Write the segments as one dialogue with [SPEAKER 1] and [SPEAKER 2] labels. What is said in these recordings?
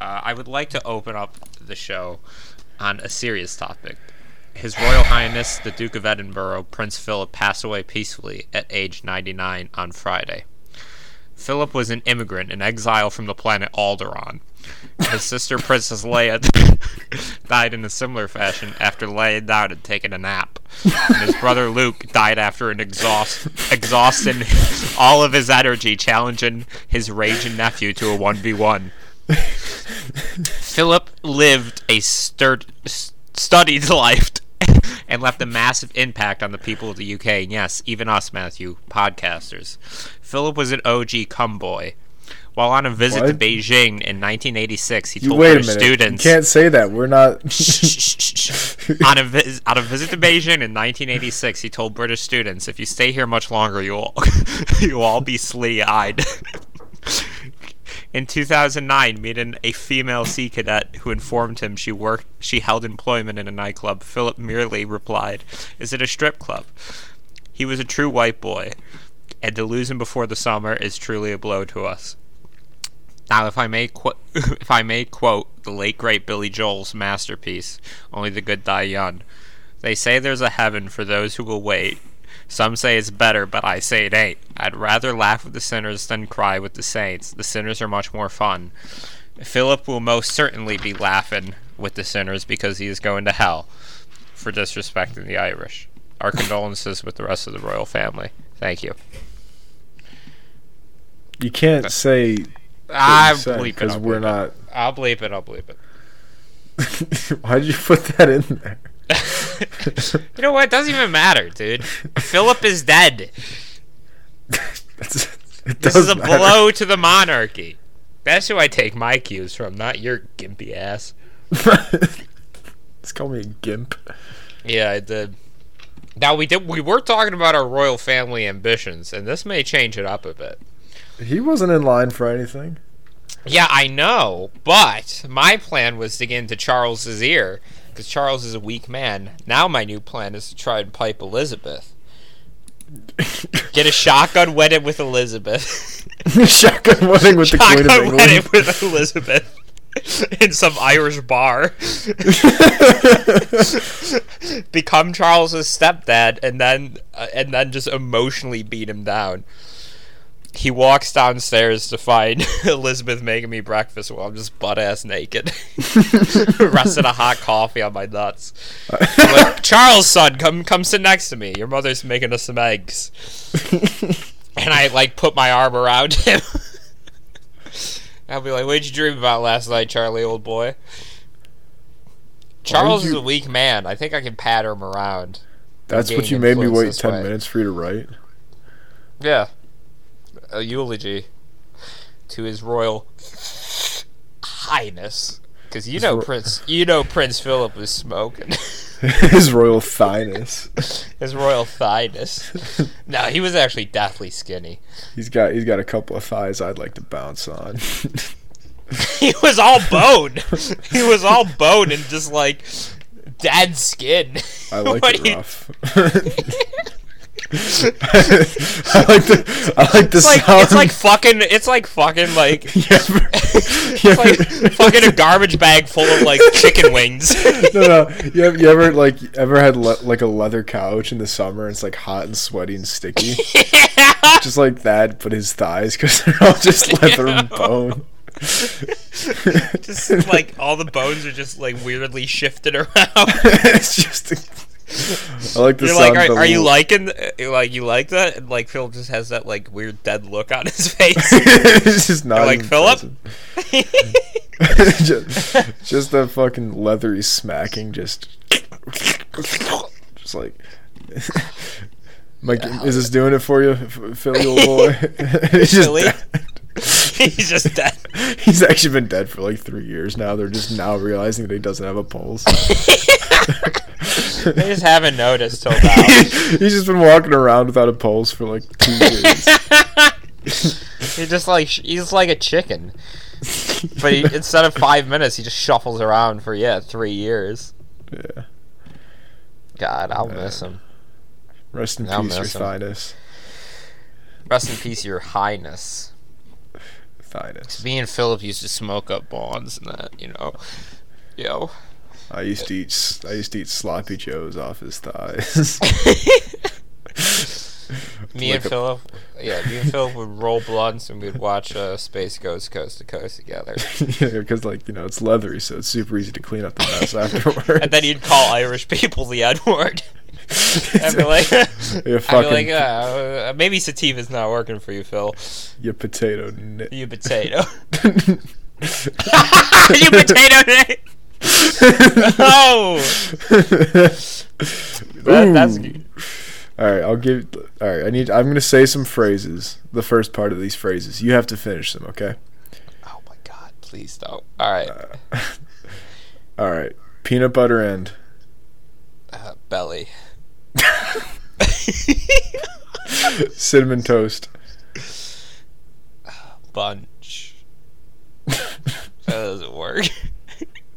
[SPEAKER 1] Uh, I would like to open up the show on a serious topic. His Royal Highness, the Duke of Edinburgh, Prince Philip, passed away peacefully at age 99 on Friday. Philip was an immigrant, in exile from the planet Alderaan. His sister, Princess Leia, died in a similar fashion after laying down and taking a nap. And his brother Luke died after an exhaust, exhausting all of his energy, challenging his raging nephew to a 1v1. Philip lived a stur- s- studied life and left a massive impact on the people of the UK. And yes, even us, Matthew, podcasters. Philip was an OG cum boy. While on a visit to
[SPEAKER 2] What?
[SPEAKER 1] Beijing in 1986, he
[SPEAKER 2] You
[SPEAKER 1] told
[SPEAKER 2] wait a
[SPEAKER 1] British
[SPEAKER 2] minute.
[SPEAKER 1] students.
[SPEAKER 2] You can't say that. We're not.
[SPEAKER 1] on a vis- on a visit to Beijing in 1986, he told British students, "If you stay here much longer, you will you will all be slee-eyed." In 2009, meeting a female sea cadet who informed him she worked she held employment in a nightclub, Philip merely replied, "Is it a strip club?" He was a true white boy, and to lose him before the summer is truly a blow to us. Now, if I may, qu- if I may quote the late great Billy Joel's masterpiece, "Only the Good Die Young," they say there's a heaven for those who will wait. Some say it's better, but I say it ain't. I'd rather laugh with the sinners than cry with the saints. The sinners are much more fun. Philip will most certainly be laughing with the sinners because he is going to hell for disrespecting the Irish. Our condolences with the rest of the royal family. Thank you.
[SPEAKER 2] You can't say.
[SPEAKER 1] I'm bleeping.
[SPEAKER 2] because
[SPEAKER 1] I'll
[SPEAKER 2] we're
[SPEAKER 1] bleep
[SPEAKER 2] not.
[SPEAKER 1] It. I'll bleep it. I'll bleep it.
[SPEAKER 2] Why'd you put that in there?
[SPEAKER 1] you know what? It doesn't even matter, dude. Philip is dead.
[SPEAKER 2] That's, it
[SPEAKER 1] This
[SPEAKER 2] does
[SPEAKER 1] is a
[SPEAKER 2] matter.
[SPEAKER 1] blow to the monarchy. That's who I take my cues from, not your gimpy ass.
[SPEAKER 2] Just call me a gimp.
[SPEAKER 1] Yeah, I did. Now we did. We were talking about our royal family ambitions, and this may change it up a bit.
[SPEAKER 2] He wasn't in line for anything.
[SPEAKER 1] Yeah, I know, but my plan was to get into Charles's ear because Charles is a weak man. Now my new plan is to try and pipe Elizabeth. Get a shotgun wedded with Elizabeth.
[SPEAKER 2] Shotgun wedding with the Queen of
[SPEAKER 1] shotgun wedded
[SPEAKER 2] England.
[SPEAKER 1] with Elizabeth in some Irish bar. Become Charles's stepdad, and then uh, and then just emotionally beat him down. He walks downstairs to find Elizabeth making me breakfast while I'm just butt ass naked, resting a hot coffee on my nuts. I'm like, Charles, son, come come sit next to me. Your mother's making us some eggs, and I like put my arm around him. I'll be like, "What'd you dream about last night, Charlie, old boy?" Charles is
[SPEAKER 2] you-
[SPEAKER 1] a weak man. I think I can pat him around.
[SPEAKER 2] That's what
[SPEAKER 1] Gain
[SPEAKER 2] you made me
[SPEAKER 1] influence
[SPEAKER 2] wait
[SPEAKER 1] this
[SPEAKER 2] ten
[SPEAKER 1] way.
[SPEAKER 2] minutes for you to write.
[SPEAKER 1] Yeah, a eulogy to his royal highness, because you know
[SPEAKER 2] ro-
[SPEAKER 1] Prince, you know Prince Philip was smoking
[SPEAKER 2] His royal thinus.
[SPEAKER 1] his royal thighness. no, he was actually deathly skinny.
[SPEAKER 2] He's got he's got a couple of thighs I'd like to bounce on.
[SPEAKER 1] he was all bone. he was all bone and just like dead skin.
[SPEAKER 2] I like
[SPEAKER 1] What
[SPEAKER 2] it
[SPEAKER 1] do you-
[SPEAKER 2] rough. I like the I like the
[SPEAKER 1] It's like
[SPEAKER 2] sound.
[SPEAKER 1] it's like fucking it's like fucking like
[SPEAKER 2] You ever-
[SPEAKER 1] it's
[SPEAKER 2] you ever-
[SPEAKER 1] like fucking a garbage bag full of like chicken wings.
[SPEAKER 2] no, no. You ever, you ever like ever had le- like a leather couch in the summer? and It's like hot and sweaty and sticky, just like that. But his thighs, because they're all just leather and bone.
[SPEAKER 1] just like all the bones are just like weirdly shifted around.
[SPEAKER 2] it's just. I like the
[SPEAKER 1] You're
[SPEAKER 2] sound.
[SPEAKER 1] like,
[SPEAKER 2] of the
[SPEAKER 1] are, are you
[SPEAKER 2] little-
[SPEAKER 1] liking uh, like you like that? And like Phil just has that like weird dead look on his face.
[SPEAKER 2] it's just not
[SPEAKER 1] like,
[SPEAKER 2] even
[SPEAKER 1] "Philip?"
[SPEAKER 2] pleasant. just, just that fucking leathery smacking, just, just like. Mike, is this doing it for you, F- Philly old boy? It's just
[SPEAKER 1] Philly?
[SPEAKER 2] dead.
[SPEAKER 1] He's just dead.
[SPEAKER 2] He's actually been dead for like three years now. They're just now realizing that he doesn't have a pulse.
[SPEAKER 1] They just haven't noticed till now.
[SPEAKER 2] He's just been walking around without a pulse for like two years.
[SPEAKER 1] He just like sh- he's like a chicken, but he, instead of five minutes, he just shuffles around for yeah three years.
[SPEAKER 2] yeah.
[SPEAKER 1] God, I'll miss him.
[SPEAKER 2] Rest in
[SPEAKER 1] I'll
[SPEAKER 2] peace, your
[SPEAKER 1] miss him.
[SPEAKER 2] thinus.
[SPEAKER 1] Rest in peace, Your Highness.
[SPEAKER 2] Thinness.
[SPEAKER 1] Me and Philip used to smoke up bonds and that, you know. Yo.
[SPEAKER 2] I used to eat. s- I used to eat sloppy joes off his thighs.
[SPEAKER 1] Me
[SPEAKER 2] Like
[SPEAKER 1] and
[SPEAKER 2] a-
[SPEAKER 1] Philip, yeah, me and Philip would roll blunts and we'd watch uh, Space Ghost Coast to Coast together.
[SPEAKER 2] because like you know it's leathery, so it's super easy to clean up the mess afterwards.
[SPEAKER 1] And then you'd call Irish people the N word. I'd be like,
[SPEAKER 2] you
[SPEAKER 1] I'd be
[SPEAKER 2] fucking
[SPEAKER 1] like uh, uh, maybe sativa's not working for you, Phil.
[SPEAKER 2] you potato. Ni-
[SPEAKER 1] You potato. you potato. Nick. no. That, that's
[SPEAKER 2] Ooh. All right, I'll give. All right, I need. I'm gonna say some phrases. The first part of these phrases, you have to finish them. Okay.
[SPEAKER 1] Oh my god, please don't. All right,
[SPEAKER 2] Uh. All right. Peanut butter and
[SPEAKER 1] uh, belly.
[SPEAKER 2] cinnamon toast.
[SPEAKER 1] bunch. that doesn't work.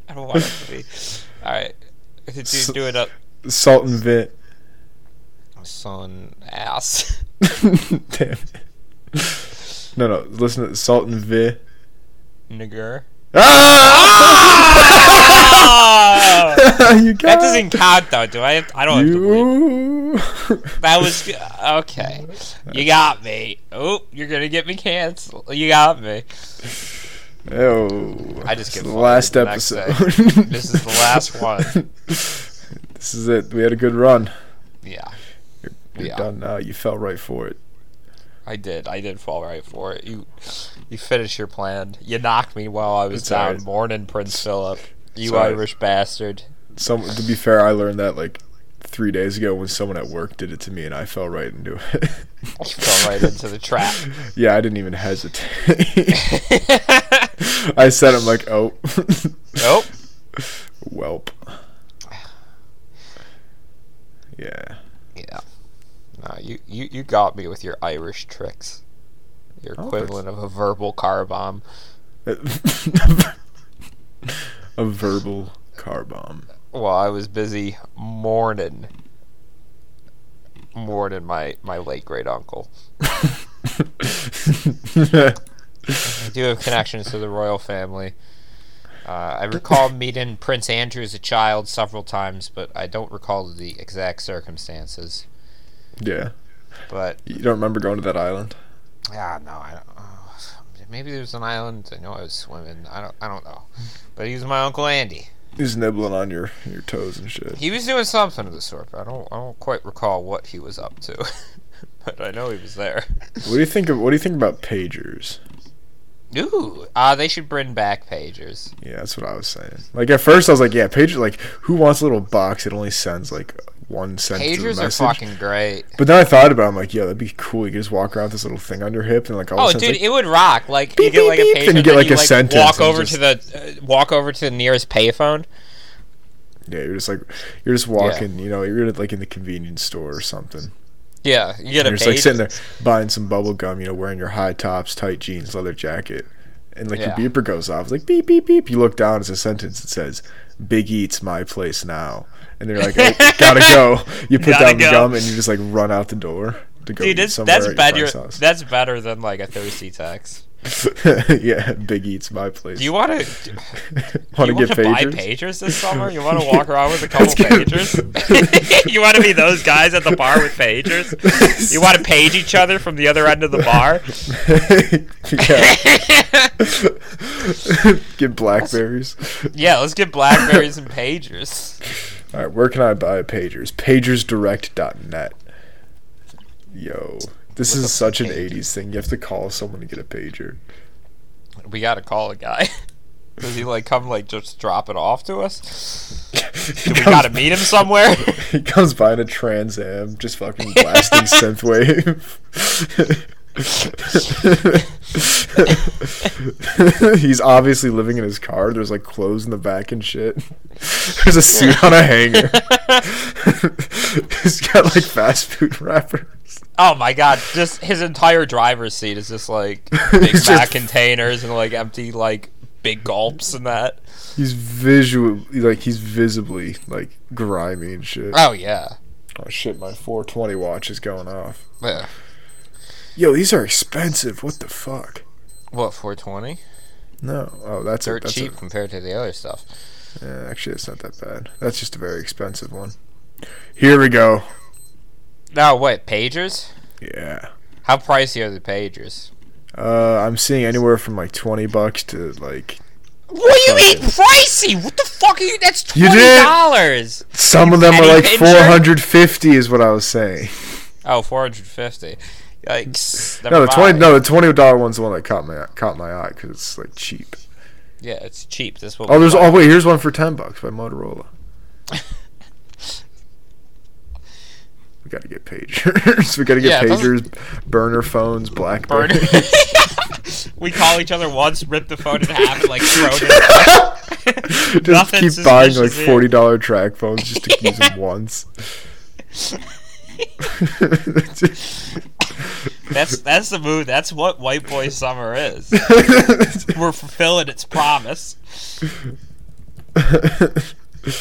[SPEAKER 1] I don't want it to be. Alright. Do,
[SPEAKER 2] S-
[SPEAKER 1] do it up.
[SPEAKER 2] Salt and vit.
[SPEAKER 1] Son ass.
[SPEAKER 2] Damn it. No, no. Listen to salt and vit.
[SPEAKER 1] Nigger.
[SPEAKER 2] Ah!
[SPEAKER 1] Ah!
[SPEAKER 2] you got
[SPEAKER 1] that doesn't count Oh, though, do I? I don't have to believe.
[SPEAKER 2] you.
[SPEAKER 1] That was. Okay. You got me. Oh, you're gonna get me canceled. You got me.
[SPEAKER 2] Ew.
[SPEAKER 1] I just
[SPEAKER 2] This
[SPEAKER 1] get
[SPEAKER 2] is the
[SPEAKER 1] fired
[SPEAKER 2] last
[SPEAKER 1] the next
[SPEAKER 2] episode.
[SPEAKER 1] This is the last one.
[SPEAKER 2] This is it. We had a good run.
[SPEAKER 1] Yeah.
[SPEAKER 2] You're
[SPEAKER 1] Yeah.
[SPEAKER 2] done now. You fell right for it.
[SPEAKER 1] I did. I did fall right for it. You, you finished your plan. You knocked me while I was
[SPEAKER 2] It's
[SPEAKER 1] down.
[SPEAKER 2] alright.
[SPEAKER 1] Morning, Prince Philip. You
[SPEAKER 2] alright.
[SPEAKER 1] Irish bastard.
[SPEAKER 2] Some to be fair, I learned that like three days ago when someone at work did it to me, and I fell right into it.
[SPEAKER 1] You fell right into the trap.
[SPEAKER 2] yeah, I didn't even hesitate. I said, "I'm like, oh,
[SPEAKER 1] nope.
[SPEAKER 2] welp." Yeah.
[SPEAKER 1] Yeah. No, you, you, you got me with your Irish tricks. Your
[SPEAKER 2] Oh,
[SPEAKER 1] equivalent of a verbal car bomb.
[SPEAKER 2] a verbal car bomb.
[SPEAKER 1] Well, I was busy mourning. Mourning my, my late great uncle. I do have connections to the royal family. Uh, I recall meeting Prince Andrew as a child several times, but I don't recall the exact circumstances.
[SPEAKER 2] yeah.
[SPEAKER 1] But
[SPEAKER 2] You don't remember going to that island?
[SPEAKER 1] ah, no, I don't. Oh, maybe there was an island. I know I was swimming. I don't. I don't know. But he was my uncle Andy.
[SPEAKER 2] He's nibbling on your your toes and shit.
[SPEAKER 1] He was doing something of the sort. But I don't. I don't quite recall what he was up to. but I know he was there.
[SPEAKER 2] What do you think of what do you think about pagers?
[SPEAKER 1] Ooh, uh, they should bring back pagers.
[SPEAKER 2] Yeah, that's what I was saying. Like at first I was like, yeah, pager like who wants a little box that only sends like one cent to the
[SPEAKER 1] Pagers are
[SPEAKER 2] message?
[SPEAKER 1] fucking great.
[SPEAKER 2] but then I thought about it, I'm like, yeah, that'd be cool. You could just walk around with this little thing on your hip and like all
[SPEAKER 1] Oh,
[SPEAKER 2] of a
[SPEAKER 1] dude,
[SPEAKER 2] sudden it's
[SPEAKER 1] it would rock. Like you
[SPEAKER 2] Beep,
[SPEAKER 1] get like
[SPEAKER 2] beep,
[SPEAKER 1] a
[SPEAKER 2] beep,
[SPEAKER 1] payphone,
[SPEAKER 2] and you
[SPEAKER 1] then
[SPEAKER 2] get, like,
[SPEAKER 1] you,
[SPEAKER 2] a
[SPEAKER 1] like,
[SPEAKER 2] sentence
[SPEAKER 1] Walk
[SPEAKER 2] and
[SPEAKER 1] over to the uh, walk over to the nearest payphone.
[SPEAKER 2] like, yeah, you're just like you're just walking, you know, you're like in the convenience store or something.
[SPEAKER 1] Yeah, you get
[SPEAKER 2] And
[SPEAKER 1] a
[SPEAKER 2] you're just like
[SPEAKER 1] pager.
[SPEAKER 2] sitting there buying some bubble gum, you know, wearing your high tops, tight jeans, leather jacket. And like
[SPEAKER 1] Yeah.
[SPEAKER 2] your beeper goes off. It's like beep beep beep. You look down, it's a sentence that says, Big Eat's my place now. And they're like, oh, gotta go. You put
[SPEAKER 1] Gotta
[SPEAKER 2] down the
[SPEAKER 1] go.
[SPEAKER 2] gum and you just like run out the door to go
[SPEAKER 1] Dude,
[SPEAKER 2] eat
[SPEAKER 1] that's,
[SPEAKER 2] somewhere
[SPEAKER 1] that's
[SPEAKER 2] at your
[SPEAKER 1] better.
[SPEAKER 2] friend's
[SPEAKER 1] That's better than like a thirsty text.
[SPEAKER 2] house. yeah, Big Eat's my place.
[SPEAKER 1] Do you want to?
[SPEAKER 2] want to
[SPEAKER 1] you
[SPEAKER 2] get
[SPEAKER 1] want to buy
[SPEAKER 2] pagers?
[SPEAKER 1] pagers this summer? You want to walk around with a couple
[SPEAKER 2] Let's get-
[SPEAKER 1] pagers? you want to be those guys at the bar with pagers? You want to page each other from the other end of the bar?
[SPEAKER 2] yeah. get blackberries.
[SPEAKER 1] Yeah, let's get blackberries and pagers.
[SPEAKER 2] All right, where can I buy pagers? Pagersdirect.net. Yo, this is such an
[SPEAKER 1] pager?
[SPEAKER 2] 80s thing. You have to call someone to get a pager.
[SPEAKER 1] We gotta call a guy. Does he like come like just drop it off to us?
[SPEAKER 2] he,
[SPEAKER 1] We gotta meet him somewhere.
[SPEAKER 2] he comes by in a Trans Am, just fucking blasting synthwave. He's obviously living in his car. There's like clothes in the back and shit. There's a suit on a hanger. He's got like fast food wrappers.
[SPEAKER 1] oh my god! Just his entire driver's seat is just like Big
[SPEAKER 2] It's
[SPEAKER 1] Mac
[SPEAKER 2] just-
[SPEAKER 1] containers and like empty like big gulps and that.
[SPEAKER 2] He's visual, like he's visibly like grimy and shit.
[SPEAKER 1] Oh yeah.
[SPEAKER 2] Oh shit, my 420 watch is going off.
[SPEAKER 1] Yeah.
[SPEAKER 2] Yo, these are expensive. What the fuck?
[SPEAKER 1] What, 420?
[SPEAKER 2] No. Oh, that's a,
[SPEAKER 1] Dirt
[SPEAKER 2] that's
[SPEAKER 1] cheap compared to the other stuff.
[SPEAKER 2] A, yeah, actually, it's not that bad. That's just a very expensive one. Here we go.
[SPEAKER 1] Now, what, pagers?
[SPEAKER 2] Yeah.
[SPEAKER 1] How pricey are the pagers?
[SPEAKER 2] Uh, I'm seeing anywhere from like twenty bucks to like
[SPEAKER 1] What do you mean pricey? What the fuck are you? That's
[SPEAKER 2] You
[SPEAKER 1] $20.
[SPEAKER 2] did- some of them are
[SPEAKER 1] Penny
[SPEAKER 2] like
[SPEAKER 1] pincher?
[SPEAKER 2] four hundred fifty is what I was saying.
[SPEAKER 1] Oh, 450 Yikes.
[SPEAKER 2] No,
[SPEAKER 1] never
[SPEAKER 2] the twenty
[SPEAKER 1] mind.
[SPEAKER 2] no the twenty dollar one's the one that caught my caught my eye because it's like cheap.
[SPEAKER 1] Yeah, it's cheap. That's what
[SPEAKER 2] Oh,
[SPEAKER 1] we
[SPEAKER 2] there's
[SPEAKER 1] want.
[SPEAKER 2] oh wait, here's one for ten bucks by Motorola. we gotta get pagers. we gotta get
[SPEAKER 1] Yeah, it doesn't-
[SPEAKER 2] pagers, burner phones, BlackBerry.
[SPEAKER 1] burn. we call each other once, rip the phone in half, and like throw it.
[SPEAKER 2] just
[SPEAKER 1] Nothing
[SPEAKER 2] keep buying like
[SPEAKER 1] suspicious
[SPEAKER 2] forty dollar track phones just to use them once.
[SPEAKER 1] That's that's the move. That's what white boy summer is. We're fulfilling its promise.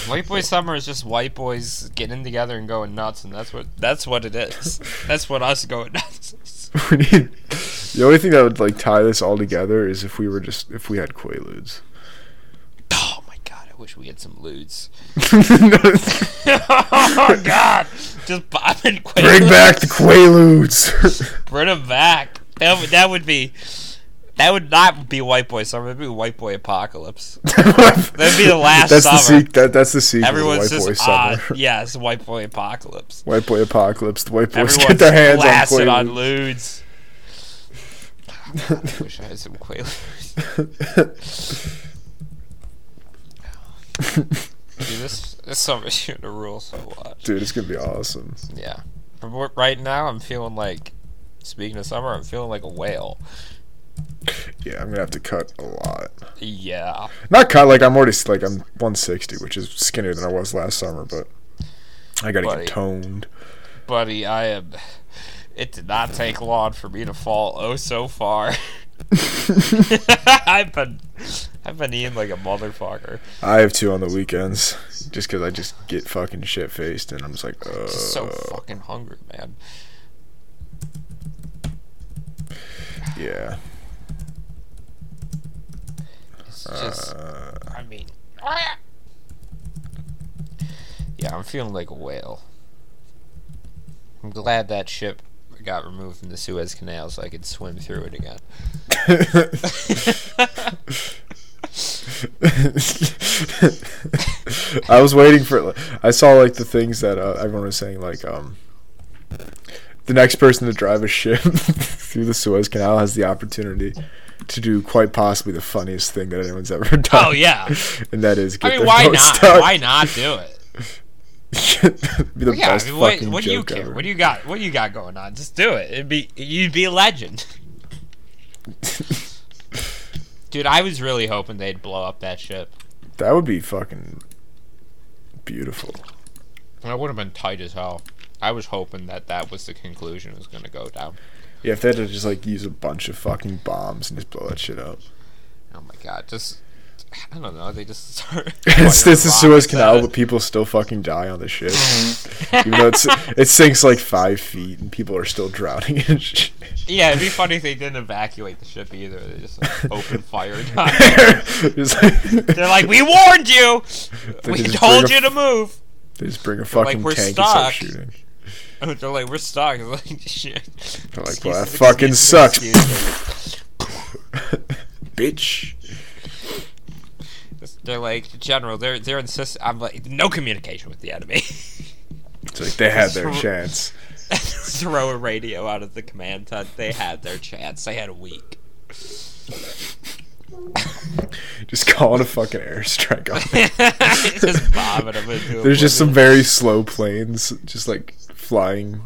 [SPEAKER 1] White boy summer is just white boys getting together and going nuts, and that's what that's what it is. That's what us going nuts. is.
[SPEAKER 2] we need the only thing that would like tie this all together is if we were just if we had quaaludes.
[SPEAKER 1] Oh my god! I wish we had some ludes.
[SPEAKER 2] Bring
[SPEAKER 1] oh god! Just bombing quick.
[SPEAKER 2] back the quaaludes.
[SPEAKER 1] Bring him back. That would, that would be. That would not be White Boy Summer. That'd be White Boy Apocalypse.
[SPEAKER 2] That'd
[SPEAKER 1] be the last
[SPEAKER 2] that's
[SPEAKER 1] summer.
[SPEAKER 2] The se- that, that's the sequel.
[SPEAKER 1] Everyone's
[SPEAKER 2] to White
[SPEAKER 1] just
[SPEAKER 2] Boy
[SPEAKER 1] ah,
[SPEAKER 2] Summer.
[SPEAKER 1] yeah, it's White Boy Apocalypse.
[SPEAKER 2] White Boy Apocalypse. The White Boys
[SPEAKER 1] Everyone's
[SPEAKER 2] get their hands
[SPEAKER 1] blasted on
[SPEAKER 2] on quaaludes.
[SPEAKER 1] lewds. I wish I had some quaaludes. Dude, this this summer's gonna rule so much.
[SPEAKER 2] Dude, it's gonna be awesome.
[SPEAKER 1] Yeah, but we're- right now I'm feeling like, speaking of summer, I'm feeling like a whale.
[SPEAKER 2] Yeah, I'm gonna have to cut a lot.
[SPEAKER 1] Yeah.
[SPEAKER 2] Not cut. Like I'm already s- like I'm 160, which is skinnier than I was last summer, but I gotta
[SPEAKER 1] Buddy.
[SPEAKER 2] get toned.
[SPEAKER 1] buddy, I am. It did not take long for me to fall oh so far. I've been, I've been eating like a motherfucker.
[SPEAKER 2] I have two on the weekends, just 'cause I just get fucking shit faced, and I'm just like, uh,
[SPEAKER 1] Just so fucking hungry, man.
[SPEAKER 2] yeah.
[SPEAKER 1] It's just,
[SPEAKER 2] Uh,
[SPEAKER 1] I mean, yeah, I'm feeling like a whale. I'm glad that ship got removed from the Suez Canal so I could swim through it again.
[SPEAKER 2] I was waiting for. like, I saw like the things that uh, everyone was saying, like um, the next person to drive a ship through the Suez Canal has the opportunity to do quite possibly the funniest thing that anyone's ever done.
[SPEAKER 1] Oh yeah.
[SPEAKER 2] and that is
[SPEAKER 1] I
[SPEAKER 2] get
[SPEAKER 1] mean,
[SPEAKER 2] their
[SPEAKER 1] why
[SPEAKER 2] boat
[SPEAKER 1] not?
[SPEAKER 2] stuck.
[SPEAKER 1] Why not do it?
[SPEAKER 2] be the
[SPEAKER 1] Yeah,
[SPEAKER 2] best
[SPEAKER 1] I mean, what,
[SPEAKER 2] fucking
[SPEAKER 1] what do you
[SPEAKER 2] joke
[SPEAKER 1] care?
[SPEAKER 2] ever.
[SPEAKER 1] What do you got? What do you got going on? Just do it. It'd be you'd be a legend. Dude, I was really hoping they'd blow up that ship.
[SPEAKER 2] that would be fucking beautiful.
[SPEAKER 1] That would have been tight as hell. I was hoping that that was the conclusion it was going to go down.
[SPEAKER 2] Yeah, if they had to just like use a bunch of fucking bombs and just blow that shit up.
[SPEAKER 1] Oh my god, just I don't know. They just start.
[SPEAKER 2] it's
[SPEAKER 1] firing
[SPEAKER 2] it's the Suez
[SPEAKER 1] rockets at
[SPEAKER 2] Canal,
[SPEAKER 1] it.
[SPEAKER 2] but people still fucking die on the ship. Even though it's, it sinks like five feet and people are still drowning and shit.
[SPEAKER 1] Yeah, it'd be funny if they didn't evacuate the ship either. They just like, open fire.
[SPEAKER 2] Just like-
[SPEAKER 1] They're like, "We warned you.
[SPEAKER 2] They
[SPEAKER 1] We
[SPEAKER 2] just
[SPEAKER 1] told
[SPEAKER 2] bring
[SPEAKER 1] you
[SPEAKER 2] a-
[SPEAKER 1] to move."
[SPEAKER 2] they just bring a fucking
[SPEAKER 1] "We're
[SPEAKER 2] tank and
[SPEAKER 1] stuck."
[SPEAKER 2] start shooting.
[SPEAKER 1] They're like, we're stuck. They're like, shit.
[SPEAKER 2] They're like,
[SPEAKER 1] Excuses,
[SPEAKER 2] well, that fucking
[SPEAKER 1] excuses,
[SPEAKER 2] sucks.
[SPEAKER 1] excuses.
[SPEAKER 2] Bitch.
[SPEAKER 1] they're like, General, they're they're insist. I'm like, no communication with the enemy.
[SPEAKER 2] It's like they had their
[SPEAKER 1] Throw-
[SPEAKER 2] chance.
[SPEAKER 1] Throw a radio out of the command tent. They had their chance. They had a week.
[SPEAKER 2] Just calling a fucking airstrike on them.
[SPEAKER 1] just bombing them into
[SPEAKER 2] There's just some
[SPEAKER 1] oblivion.
[SPEAKER 2] very slow planes just like flying.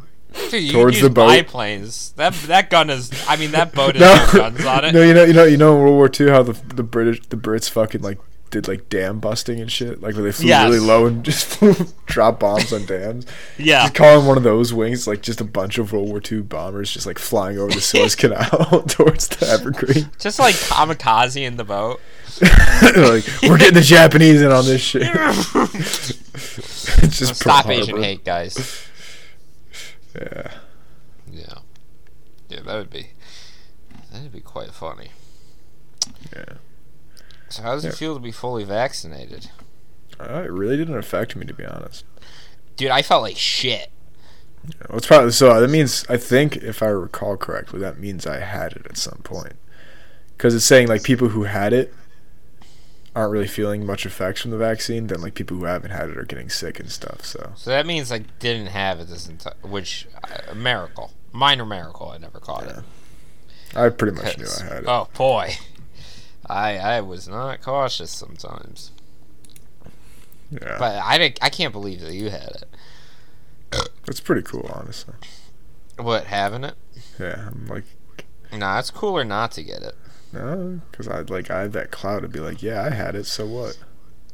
[SPEAKER 1] Dude, you
[SPEAKER 2] towards
[SPEAKER 1] could
[SPEAKER 2] the
[SPEAKER 1] use
[SPEAKER 2] boat.
[SPEAKER 1] Biplanes. That that gun is. I mean, that boat has
[SPEAKER 2] No,
[SPEAKER 1] no guns on it.
[SPEAKER 2] no, you know, you know, you know, in World War II, how the the British, the Brits, fucking like did like dam busting and shit, like where they flew
[SPEAKER 1] Yes.
[SPEAKER 2] really low and just flew, drop bombs on dams.
[SPEAKER 1] yeah.
[SPEAKER 2] Just calling one of those wings like just a bunch of World War II bombers just like flying over the Suez Canal towards the Evergreen.
[SPEAKER 1] Just like kamikaze in the boat.
[SPEAKER 2] like we're getting the Japanese in on this shit. it's just Pearl
[SPEAKER 1] Stop Asian
[SPEAKER 2] Harbor.
[SPEAKER 1] hate, guys.
[SPEAKER 2] Yeah.
[SPEAKER 1] Yeah. Yeah, that would be. That would be quite funny.
[SPEAKER 2] Yeah.
[SPEAKER 1] So how does
[SPEAKER 2] Yeah.
[SPEAKER 1] it feel to be fully vaccinated?
[SPEAKER 2] Uh, it really didn't affect me to be honest.
[SPEAKER 1] Dude, I felt like shit.
[SPEAKER 2] You know, it's probably so. That means I think, if I recall correctly, that means I had it at some point. Because it's saying like people who had it aren't really feeling much effects from the vaccine. Then like people who haven't had it are getting sick and stuff. So
[SPEAKER 1] So that means I didn't have it this entire, which uh, a miracle, minor miracle. I never caught it.
[SPEAKER 2] I pretty much knew
[SPEAKER 1] 'Cause-
[SPEAKER 2] I had it.
[SPEAKER 1] Oh boy, I I was not cautious sometimes.
[SPEAKER 2] yeah,
[SPEAKER 1] But I didn't- I can't believe that you had it.
[SPEAKER 2] it's pretty cool, honestly.
[SPEAKER 1] What having it?
[SPEAKER 2] Yeah, I'm like.
[SPEAKER 1] Nah, it's cooler not to get it.
[SPEAKER 2] No, because I'd like I had that cloud to be like, yeah, I had it. So what?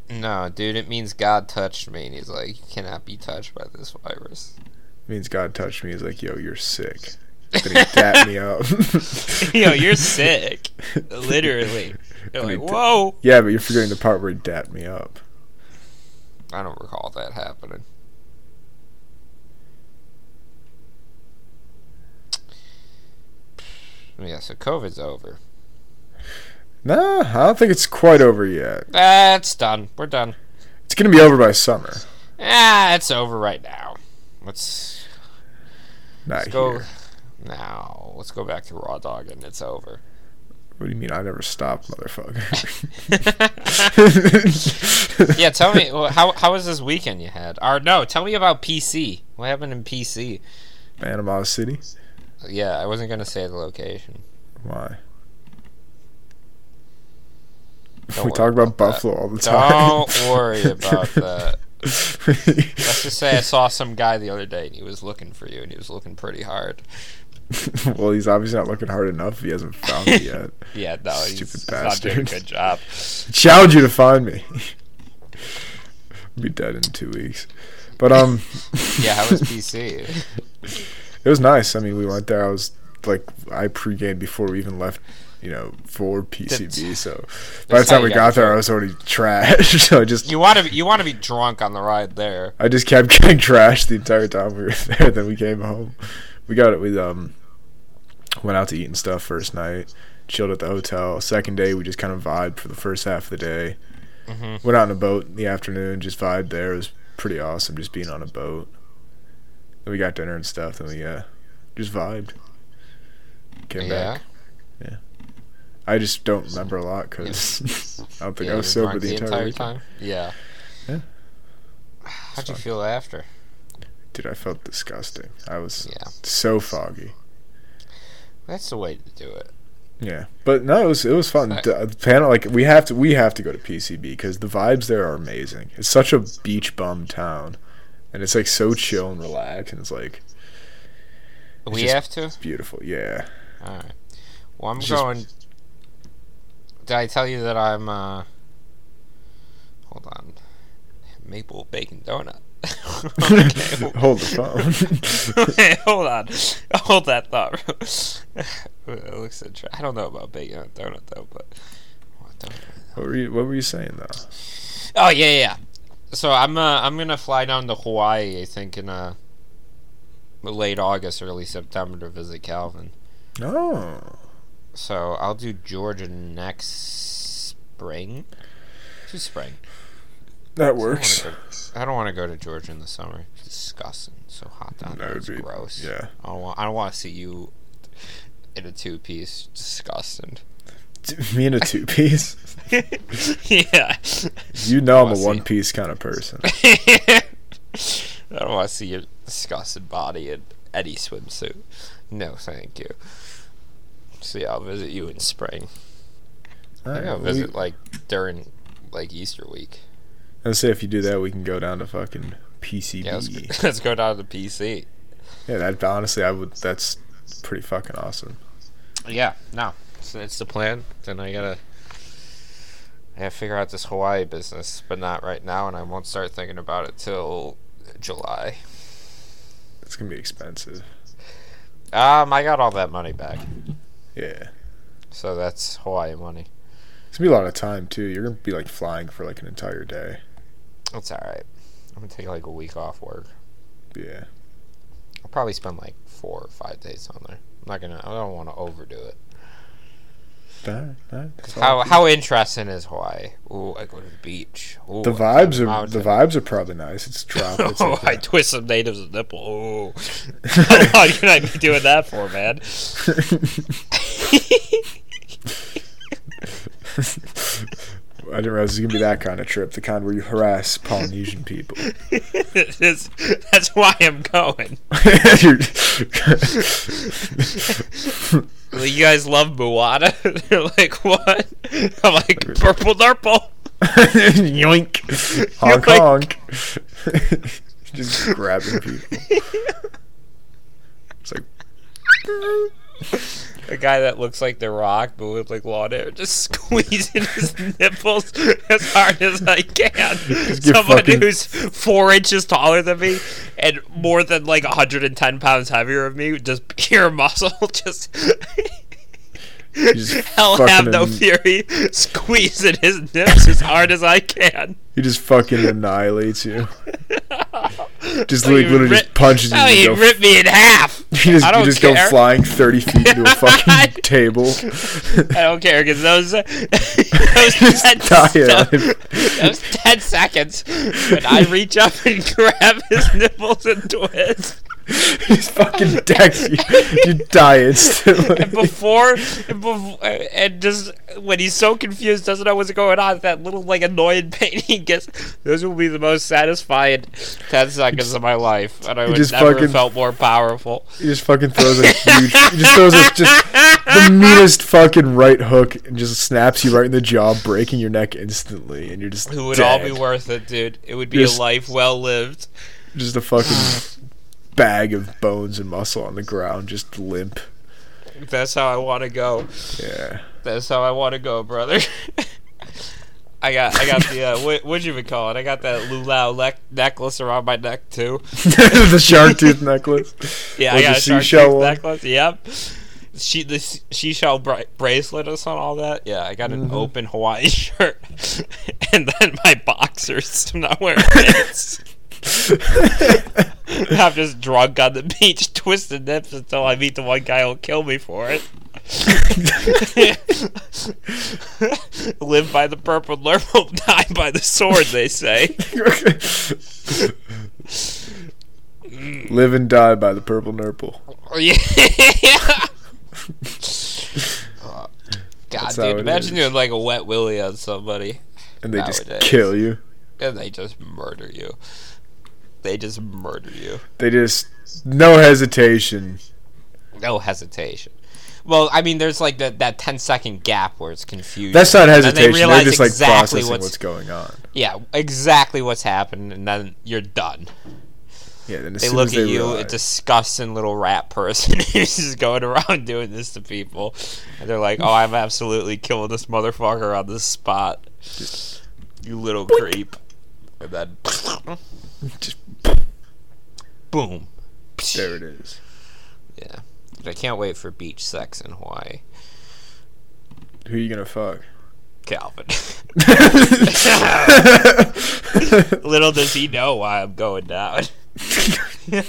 [SPEAKER 1] No, dude, it means God touched me, and He's like, you cannot be touched by this virus.
[SPEAKER 2] means God touched me. He's like, yo, you're sick. Then he dapped me up.
[SPEAKER 3] Yo, you're sick. Literally. You're
[SPEAKER 2] I
[SPEAKER 3] like,
[SPEAKER 2] mean,
[SPEAKER 3] whoa.
[SPEAKER 2] Yeah, but you're forgetting the part where he dapped me up.
[SPEAKER 1] I don't recall that happening. Yeah, so COVID's over.
[SPEAKER 2] Nah, I don't think it's quite over yet.
[SPEAKER 1] That's done. We're done.
[SPEAKER 2] It's gonna be over by summer.
[SPEAKER 1] Ah, it's over right now. Let's
[SPEAKER 2] Not
[SPEAKER 1] let's go.
[SPEAKER 2] here.
[SPEAKER 1] No, let's go back to raw dog and it's over.
[SPEAKER 2] What do you mean? I never stopped,
[SPEAKER 1] yeah,
[SPEAKER 2] motherfucker.
[SPEAKER 1] tell me well, how how was this weekend you had? Or no, tell me about PC. What happened in PC?
[SPEAKER 2] Panama City.
[SPEAKER 1] Yeah, I wasn't gonna say the location.
[SPEAKER 2] Why?
[SPEAKER 1] Don't
[SPEAKER 2] we
[SPEAKER 1] worry
[SPEAKER 2] talk
[SPEAKER 1] that.
[SPEAKER 2] about, Buffalo all the time.
[SPEAKER 1] Don't worry about that. Let's just say I saw some guy the other day and he was looking for you and he was looking pretty hard.
[SPEAKER 2] well, he's obviously not looking hard enough. He hasn't found me yet.
[SPEAKER 1] Yeah, no, he's,
[SPEAKER 2] Stupid
[SPEAKER 1] he's not doing a
[SPEAKER 2] bastard.
[SPEAKER 1] good job.
[SPEAKER 2] challenge you to find me. Be dead in two weeks. But um,
[SPEAKER 1] Yeah, how was PC?
[SPEAKER 2] it was nice. I mean, we went there. I was like, I pre-gamed before we even left. You know, for PCB. So by the
[SPEAKER 1] That's how
[SPEAKER 2] time we
[SPEAKER 1] you
[SPEAKER 2] got
[SPEAKER 1] got
[SPEAKER 2] there, I was already trash. so I just,
[SPEAKER 1] You want to you want to be drunk on the ride there.
[SPEAKER 2] I just kept getting trashed the entire time we were there. Then we came home. We got it. We um, went out to eat and stuff first night. Chilled at the hotel. Second day, we just kind of vibed for the first half of the day.
[SPEAKER 1] hmm
[SPEAKER 2] Went out on a boat in the afternoon, just vibed there. It was pretty awesome, just being on a boat. Then we got dinner and stuff, and we uh, just vibed. Came
[SPEAKER 1] Yeah.
[SPEAKER 2] back. I just don't remember a lot because I don't think
[SPEAKER 1] yeah,
[SPEAKER 2] I
[SPEAKER 1] you
[SPEAKER 2] was
[SPEAKER 1] were
[SPEAKER 2] sober
[SPEAKER 1] drunk
[SPEAKER 2] the entire, weekend.
[SPEAKER 1] time. Yeah.
[SPEAKER 2] Yeah.
[SPEAKER 1] How'd
[SPEAKER 2] It's
[SPEAKER 1] you
[SPEAKER 2] fine.
[SPEAKER 1] feel after?
[SPEAKER 2] Dude, I felt disgusting. I was
[SPEAKER 1] Yeah,
[SPEAKER 2] so foggy.
[SPEAKER 1] that's the way to do it.
[SPEAKER 2] Yeah, but no, it was it was fun.
[SPEAKER 1] Right.
[SPEAKER 2] The the panel like we have to we have to go to PCB because the vibes there are amazing. It's such a beach bum town, and it's like so chill and relaxed, and it's like
[SPEAKER 1] We
[SPEAKER 2] just-
[SPEAKER 1] have to.
[SPEAKER 2] beautiful. Yeah.
[SPEAKER 1] All right. Well, I'm
[SPEAKER 2] It's just-
[SPEAKER 1] going. Did I tell you that I'm? uh Hold on. Maple bacon donut. okay, hold-
[SPEAKER 2] Hold the
[SPEAKER 1] Okay, hold on. Hold that thought. it looks interesting. I don't know about bacon on donut though, but well, donut.
[SPEAKER 2] phone. what were you What were you saying though?
[SPEAKER 1] Oh yeah, yeah, yeah. So I'm uh, I'm gonna fly down to Hawaii. I think in uh, late August, early September to visit Calvin.
[SPEAKER 2] No.
[SPEAKER 1] So I'll do Georgia next spring. Two spring.
[SPEAKER 2] That
[SPEAKER 1] I don't wanna
[SPEAKER 2] works.
[SPEAKER 1] go- I don't want to go to Georgia in the summer. It's disgusting. It's so hot down
[SPEAKER 2] That
[SPEAKER 1] there.
[SPEAKER 2] would
[SPEAKER 1] It's
[SPEAKER 2] be-
[SPEAKER 1] gross.
[SPEAKER 2] Yeah.
[SPEAKER 1] I don't want. I don't want to see you in a two piece. Disgusting.
[SPEAKER 2] Me in a two piece.
[SPEAKER 1] yeah.
[SPEAKER 2] You know I'm a
[SPEAKER 1] Well, I see.
[SPEAKER 2] one piece kind of person.
[SPEAKER 1] I don't want to see your disgusted body in any swimsuit. No, thank you. See, I'll visit you in spring. I think I'll
[SPEAKER 2] Alright, we-
[SPEAKER 1] visit like during like Easter week.
[SPEAKER 2] I'd say if you do that, we can go down to fucking PCB.
[SPEAKER 1] Yeah,
[SPEAKER 2] Yeah,
[SPEAKER 1] let's go, let's go down to PC.
[SPEAKER 2] that honestly, I would. That's pretty fucking awesome.
[SPEAKER 1] Yeah, no, so that's the plan. Then I gotta, I gotta figure out this Hawaii business, but not right now, and I won't start thinking about it till July.
[SPEAKER 2] It's gonna be expensive.
[SPEAKER 1] Um, I got all that money back,
[SPEAKER 2] Yeah,
[SPEAKER 1] so that's Hawaii money.
[SPEAKER 2] it's gonna be a lot of time too. You're gonna be like flying for like an entire day.
[SPEAKER 1] It's all right. I'm gonna take like a week off work.
[SPEAKER 2] Yeah.
[SPEAKER 1] I'll probably spend like four or five days on there. I'm not gonna. I don't want to overdo it.
[SPEAKER 2] Alright, alright, that's all.
[SPEAKER 1] How how interesting is Hawaii? Ooh, I go to the beach. Ooh,
[SPEAKER 2] the
[SPEAKER 1] I climb
[SPEAKER 2] vibes are the
[SPEAKER 1] mountain.
[SPEAKER 2] vibes are probably nice. It's tropical. It's
[SPEAKER 1] Oh,
[SPEAKER 2] like
[SPEAKER 1] I
[SPEAKER 2] a-
[SPEAKER 1] twist some natives' nipple. Oh, how long can I be doing that for, man?
[SPEAKER 2] I didn't realize it was gonna be that kind of trip, the kind where you harass Polynesian people.
[SPEAKER 1] That's- that's why I'm going.
[SPEAKER 2] You're-
[SPEAKER 1] Like, you guys love Moana? They're like, what? I'm like, purple nurple.
[SPEAKER 2] Yoink! Honk
[SPEAKER 1] Yoink.
[SPEAKER 2] honk! Just grabbing people. It's like
[SPEAKER 1] A guy that looks like The Rock, but with like long hair, just squeezing his nipples as hard as I can.
[SPEAKER 2] get
[SPEAKER 1] Someone
[SPEAKER 2] fucking-
[SPEAKER 1] who's four inches taller than me and more than like 110 pounds heavier of me, just pure muscle, just.
[SPEAKER 2] just
[SPEAKER 1] Hell have
[SPEAKER 2] fucking
[SPEAKER 1] no
[SPEAKER 2] an-
[SPEAKER 1] fury, squeezing his nips as hard as I can.
[SPEAKER 2] he just fucking annihilates you. Just
[SPEAKER 1] Oh,
[SPEAKER 2] like
[SPEAKER 1] you
[SPEAKER 2] literally
[SPEAKER 1] rip-
[SPEAKER 2] just punches you.
[SPEAKER 1] Oh,
[SPEAKER 2] and
[SPEAKER 1] you
[SPEAKER 2] you go,
[SPEAKER 1] ripped me in half.
[SPEAKER 2] you just,
[SPEAKER 1] I
[SPEAKER 2] you
[SPEAKER 1] don't
[SPEAKER 2] just
[SPEAKER 1] care.
[SPEAKER 2] go flying thirty feet into a fucking table.
[SPEAKER 1] I don't care because those those ten,
[SPEAKER 2] die alive.
[SPEAKER 1] those ten seconds when I reach up and grab his nipples and twist.
[SPEAKER 2] He's fucking decks you. You die instantly.
[SPEAKER 1] And before, and, before, and just when he's so confused, doesn't know what's going on, that little like annoying pain he gets, those will be the most satisfying ten seconds of my life, and I would
[SPEAKER 2] just
[SPEAKER 1] never
[SPEAKER 2] fucking-
[SPEAKER 1] felt more powerful.
[SPEAKER 2] He just fucking throws a huge. He just throws a, just the meanest fucking right hook and just snaps you right in the jaw, breaking your neck instantly, and you're just.
[SPEAKER 1] It would all
[SPEAKER 2] dead.
[SPEAKER 1] be worth it, dude. It would be
[SPEAKER 2] Yes.
[SPEAKER 1] a life well lived.
[SPEAKER 2] Just a fucking bag of bones and muscle on the ground, just limp.
[SPEAKER 1] That's how I want to go.
[SPEAKER 2] Yeah.
[SPEAKER 1] That's how I want to go, brother. I got, I got the uh, what, what'd you even call it? I got that luau lec- necklace around my neck too.
[SPEAKER 2] the shark tooth necklace.
[SPEAKER 1] Yeah,
[SPEAKER 2] Or
[SPEAKER 1] I got
[SPEAKER 2] the
[SPEAKER 1] a shark
[SPEAKER 2] seashell
[SPEAKER 1] tooth
[SPEAKER 2] one.
[SPEAKER 1] necklace. Yep. She the s- seashell bra- bracelet and on all that. Yeah, I got an
[SPEAKER 2] Mm-hmm.
[SPEAKER 1] open Hawaii shirt, and then my boxers. I'm not wearing pants. I'm just drunk on the beach, twisting nips until I meet the one guy who'll kill me for it. Live by the purple nurple, die by the sword, they say.
[SPEAKER 2] Live and die by the purple nurple.
[SPEAKER 1] yeah. God,
[SPEAKER 2] That's how
[SPEAKER 1] dude,
[SPEAKER 2] it
[SPEAKER 1] imagine
[SPEAKER 2] is.
[SPEAKER 1] doing like a wet willy on somebody,
[SPEAKER 2] And they just
[SPEAKER 1] Nowadays.
[SPEAKER 2] kill you.
[SPEAKER 1] and they just murder you. They just murder you,
[SPEAKER 2] They just no hesitation.
[SPEAKER 1] no hesitation. Well, I mean, there's like that that 10 second gap where it's confusion.
[SPEAKER 2] That's not
[SPEAKER 1] And then
[SPEAKER 2] hesitation. They are
[SPEAKER 1] realize
[SPEAKER 2] just like
[SPEAKER 1] exactly
[SPEAKER 2] processing
[SPEAKER 1] what's,
[SPEAKER 2] what's... going on.
[SPEAKER 1] yeah, exactly what's happened, and then you're done.
[SPEAKER 2] Yeah. Then as
[SPEAKER 1] They
[SPEAKER 2] soon
[SPEAKER 1] look
[SPEAKER 2] as
[SPEAKER 1] at
[SPEAKER 2] they
[SPEAKER 1] you,
[SPEAKER 2] realize,
[SPEAKER 1] a disgusting little rat person who's just going around doing this to people. And they're like, oh, I'm absolutely killing this motherfucker on this spot. You little creep. And then.
[SPEAKER 2] Just-
[SPEAKER 1] Boom.
[SPEAKER 2] there it is.
[SPEAKER 1] Yeah. Dude, I can't wait for beach sex in Hawaii.
[SPEAKER 2] Who are you gonna fuck?
[SPEAKER 1] Calvin. little does he know why I'm going down. Good.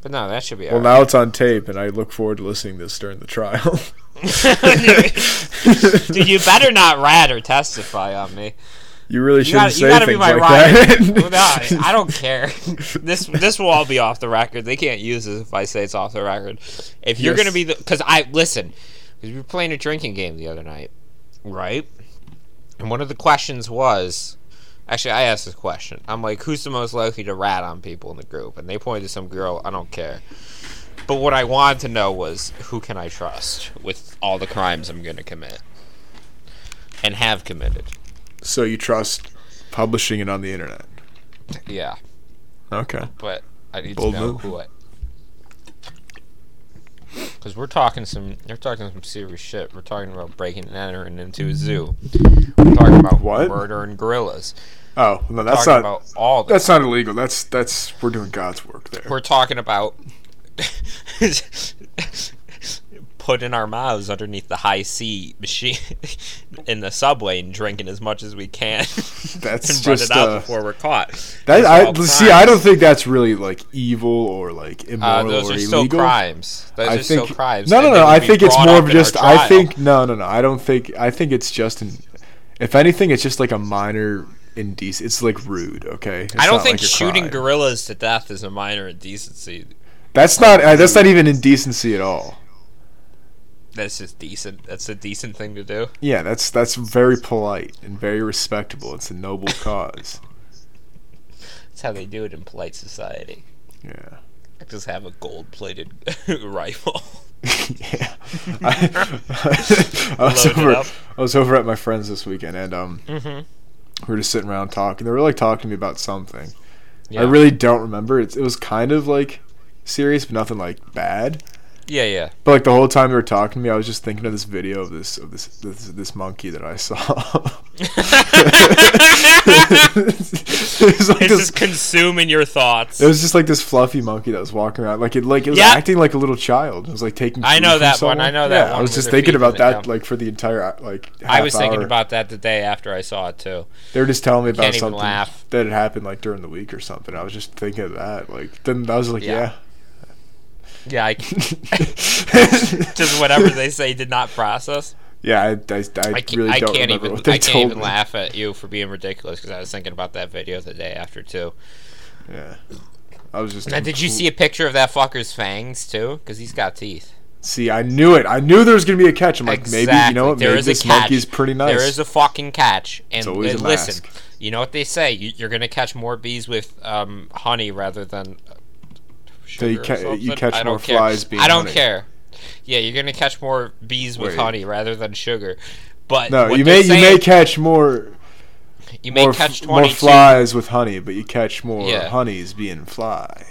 [SPEAKER 1] But no, that should be
[SPEAKER 2] well,
[SPEAKER 1] all
[SPEAKER 2] now it's on tape, and I look forward to listening to this during the trial.
[SPEAKER 1] Dude, you better not rat or testify on me.
[SPEAKER 2] You really
[SPEAKER 1] You
[SPEAKER 2] shouldn't
[SPEAKER 1] gotta, you
[SPEAKER 2] say
[SPEAKER 1] gotta be
[SPEAKER 2] things
[SPEAKER 1] my
[SPEAKER 2] like
[SPEAKER 1] rider. no,
[SPEAKER 2] that.
[SPEAKER 1] I don't care. This this will all be off the record. They can't use this if I say it's off the record. If you're
[SPEAKER 2] Yes.
[SPEAKER 1] gonna be the, because I listen, because we were playing a drinking game the other night, right? And one of the questions was, actually, I asked this question. I'm like, who's the most likely to rat on people in the group? And they pointed to some girl. I don't care. But what I wanted to know was who can I trust with all the crimes I'm gonna commit and have committed.
[SPEAKER 2] So you trust publishing it on the internet?
[SPEAKER 1] Yeah.
[SPEAKER 2] Okay.
[SPEAKER 1] but I need
[SPEAKER 2] Bold
[SPEAKER 1] to know
[SPEAKER 2] move.
[SPEAKER 1] who it. Because we're talking some, we're talking some serious shit. We're talking about breaking and entering into a zoo. We're talking about
[SPEAKER 2] What?
[SPEAKER 1] murdering gorillas.
[SPEAKER 2] Oh no, that's
[SPEAKER 1] talking
[SPEAKER 2] not.
[SPEAKER 1] about all this.
[SPEAKER 2] That's not illegal. That's that's we're doing God's work there.
[SPEAKER 1] we're talking about put in our mouths underneath the high C machine in the subway and drinking as much as we can.
[SPEAKER 2] That's
[SPEAKER 1] and run
[SPEAKER 2] just,
[SPEAKER 1] it out
[SPEAKER 2] uh,
[SPEAKER 1] before we're caught.
[SPEAKER 2] That
[SPEAKER 1] Those are
[SPEAKER 2] I
[SPEAKER 1] all
[SPEAKER 2] see. I
[SPEAKER 1] crimes.
[SPEAKER 2] don't think that's really like evil or like immoral
[SPEAKER 1] Uh, those are
[SPEAKER 2] or illegal.
[SPEAKER 1] still crimes. Those
[SPEAKER 2] I
[SPEAKER 1] are still
[SPEAKER 2] think
[SPEAKER 1] crimes.
[SPEAKER 2] no,
[SPEAKER 1] and
[SPEAKER 2] no,
[SPEAKER 1] they
[SPEAKER 2] no.
[SPEAKER 1] would
[SPEAKER 2] I
[SPEAKER 1] be
[SPEAKER 2] think it's
[SPEAKER 1] brought
[SPEAKER 2] more
[SPEAKER 1] up
[SPEAKER 2] of
[SPEAKER 1] in our
[SPEAKER 2] just. I
[SPEAKER 1] trial.
[SPEAKER 2] think no, no, no. I don't think. I think it's just. An, if anything, it's just like a minor indecent. It's like rude. Okay. It's
[SPEAKER 1] I don't
[SPEAKER 2] not
[SPEAKER 1] think
[SPEAKER 2] like a
[SPEAKER 1] shooting
[SPEAKER 2] crime.
[SPEAKER 1] gorillas to death is a minor indecency.
[SPEAKER 2] That's not. Uh, that's not even indecency at all.
[SPEAKER 1] That's just decent. That's a decent thing to do.
[SPEAKER 2] Yeah, that's that's very polite and very respectable. It's a noble cause.
[SPEAKER 1] That's how they do it in polite society.
[SPEAKER 2] Yeah.
[SPEAKER 1] Just have a gold-plated rifle.
[SPEAKER 2] yeah. I, I was
[SPEAKER 1] Load it
[SPEAKER 2] over,
[SPEAKER 1] up.
[SPEAKER 2] I was over at my friend's this weekend, and um,
[SPEAKER 1] Mm-hmm.
[SPEAKER 2] we were just sitting around talking. They were like talking to me about something.
[SPEAKER 1] Yeah.
[SPEAKER 2] I really don't remember. It's, it was kind of like serious, but nothing like bad.
[SPEAKER 1] Yeah, yeah.
[SPEAKER 2] But like the whole time they were talking to me, I was just thinking of this video of this of this this, this monkey that I saw. it was like
[SPEAKER 1] It's
[SPEAKER 2] this.
[SPEAKER 1] just consuming your thoughts.
[SPEAKER 2] It was just like this fluffy monkey that was walking around, like it, like it was
[SPEAKER 1] Yeah.
[SPEAKER 2] acting like a little child. It was like taking.
[SPEAKER 1] I
[SPEAKER 2] food
[SPEAKER 1] know
[SPEAKER 2] from
[SPEAKER 1] that one.
[SPEAKER 2] someone.
[SPEAKER 1] I know that
[SPEAKER 2] Yeah, I
[SPEAKER 1] one
[SPEAKER 2] was
[SPEAKER 1] with
[SPEAKER 2] just
[SPEAKER 1] their
[SPEAKER 2] thinking
[SPEAKER 1] feet
[SPEAKER 2] about
[SPEAKER 1] in the
[SPEAKER 2] that,
[SPEAKER 1] dump.
[SPEAKER 2] like for the entire uh, like. Half
[SPEAKER 1] I was thinking
[SPEAKER 2] hour.
[SPEAKER 1] about that the day after I saw it too.
[SPEAKER 2] They were just telling me about
[SPEAKER 1] Can't even
[SPEAKER 2] something
[SPEAKER 1] laugh.
[SPEAKER 2] that had happened like during the week or something. I was just thinking of that. Like then I was like,
[SPEAKER 1] Yeah.
[SPEAKER 2] yeah.
[SPEAKER 1] Yeah, I, just whatever they say did not process.
[SPEAKER 2] Yeah, I, I, I,
[SPEAKER 1] I can't,
[SPEAKER 2] really
[SPEAKER 1] I
[SPEAKER 2] don't
[SPEAKER 1] can't
[SPEAKER 2] remember
[SPEAKER 1] even.
[SPEAKER 2] what they
[SPEAKER 1] I can't
[SPEAKER 2] told
[SPEAKER 1] even
[SPEAKER 2] me.
[SPEAKER 1] laugh at you for being ridiculous because I was thinking about that video the day after too.
[SPEAKER 2] Yeah, I was just.
[SPEAKER 1] Now, did you see a picture of that fucker's fangs too? Because he's got teeth.
[SPEAKER 2] See, I knew it. I knew there was gonna be a catch. I'm like, maybe you know what?
[SPEAKER 1] There
[SPEAKER 2] Maybe
[SPEAKER 1] is a
[SPEAKER 2] this
[SPEAKER 1] catch.
[SPEAKER 2] monkey's pretty nice.
[SPEAKER 1] There is a fucking catch. And
[SPEAKER 2] It's always
[SPEAKER 1] and
[SPEAKER 2] a
[SPEAKER 1] listen,
[SPEAKER 2] mask.
[SPEAKER 1] you know what they say? You, you're gonna catch more bees with um, honey rather than. uh,
[SPEAKER 2] So you
[SPEAKER 1] sugar or
[SPEAKER 2] ca- you
[SPEAKER 1] something?
[SPEAKER 2] catch
[SPEAKER 1] I don't
[SPEAKER 2] more
[SPEAKER 1] care.
[SPEAKER 2] flies being
[SPEAKER 1] I don't
[SPEAKER 2] honey.
[SPEAKER 1] care. Yeah, you're gonna catch more bees with
[SPEAKER 2] Wait.
[SPEAKER 1] honey rather than sugar. But
[SPEAKER 2] no,
[SPEAKER 1] what
[SPEAKER 2] you
[SPEAKER 1] they're
[SPEAKER 2] may you may
[SPEAKER 1] saying-
[SPEAKER 2] catch more
[SPEAKER 1] you may
[SPEAKER 2] more,
[SPEAKER 1] catch
[SPEAKER 2] f- more
[SPEAKER 1] 22
[SPEAKER 2] flies with honey, but you catch more
[SPEAKER 1] Yeah.
[SPEAKER 2] honeys being fly.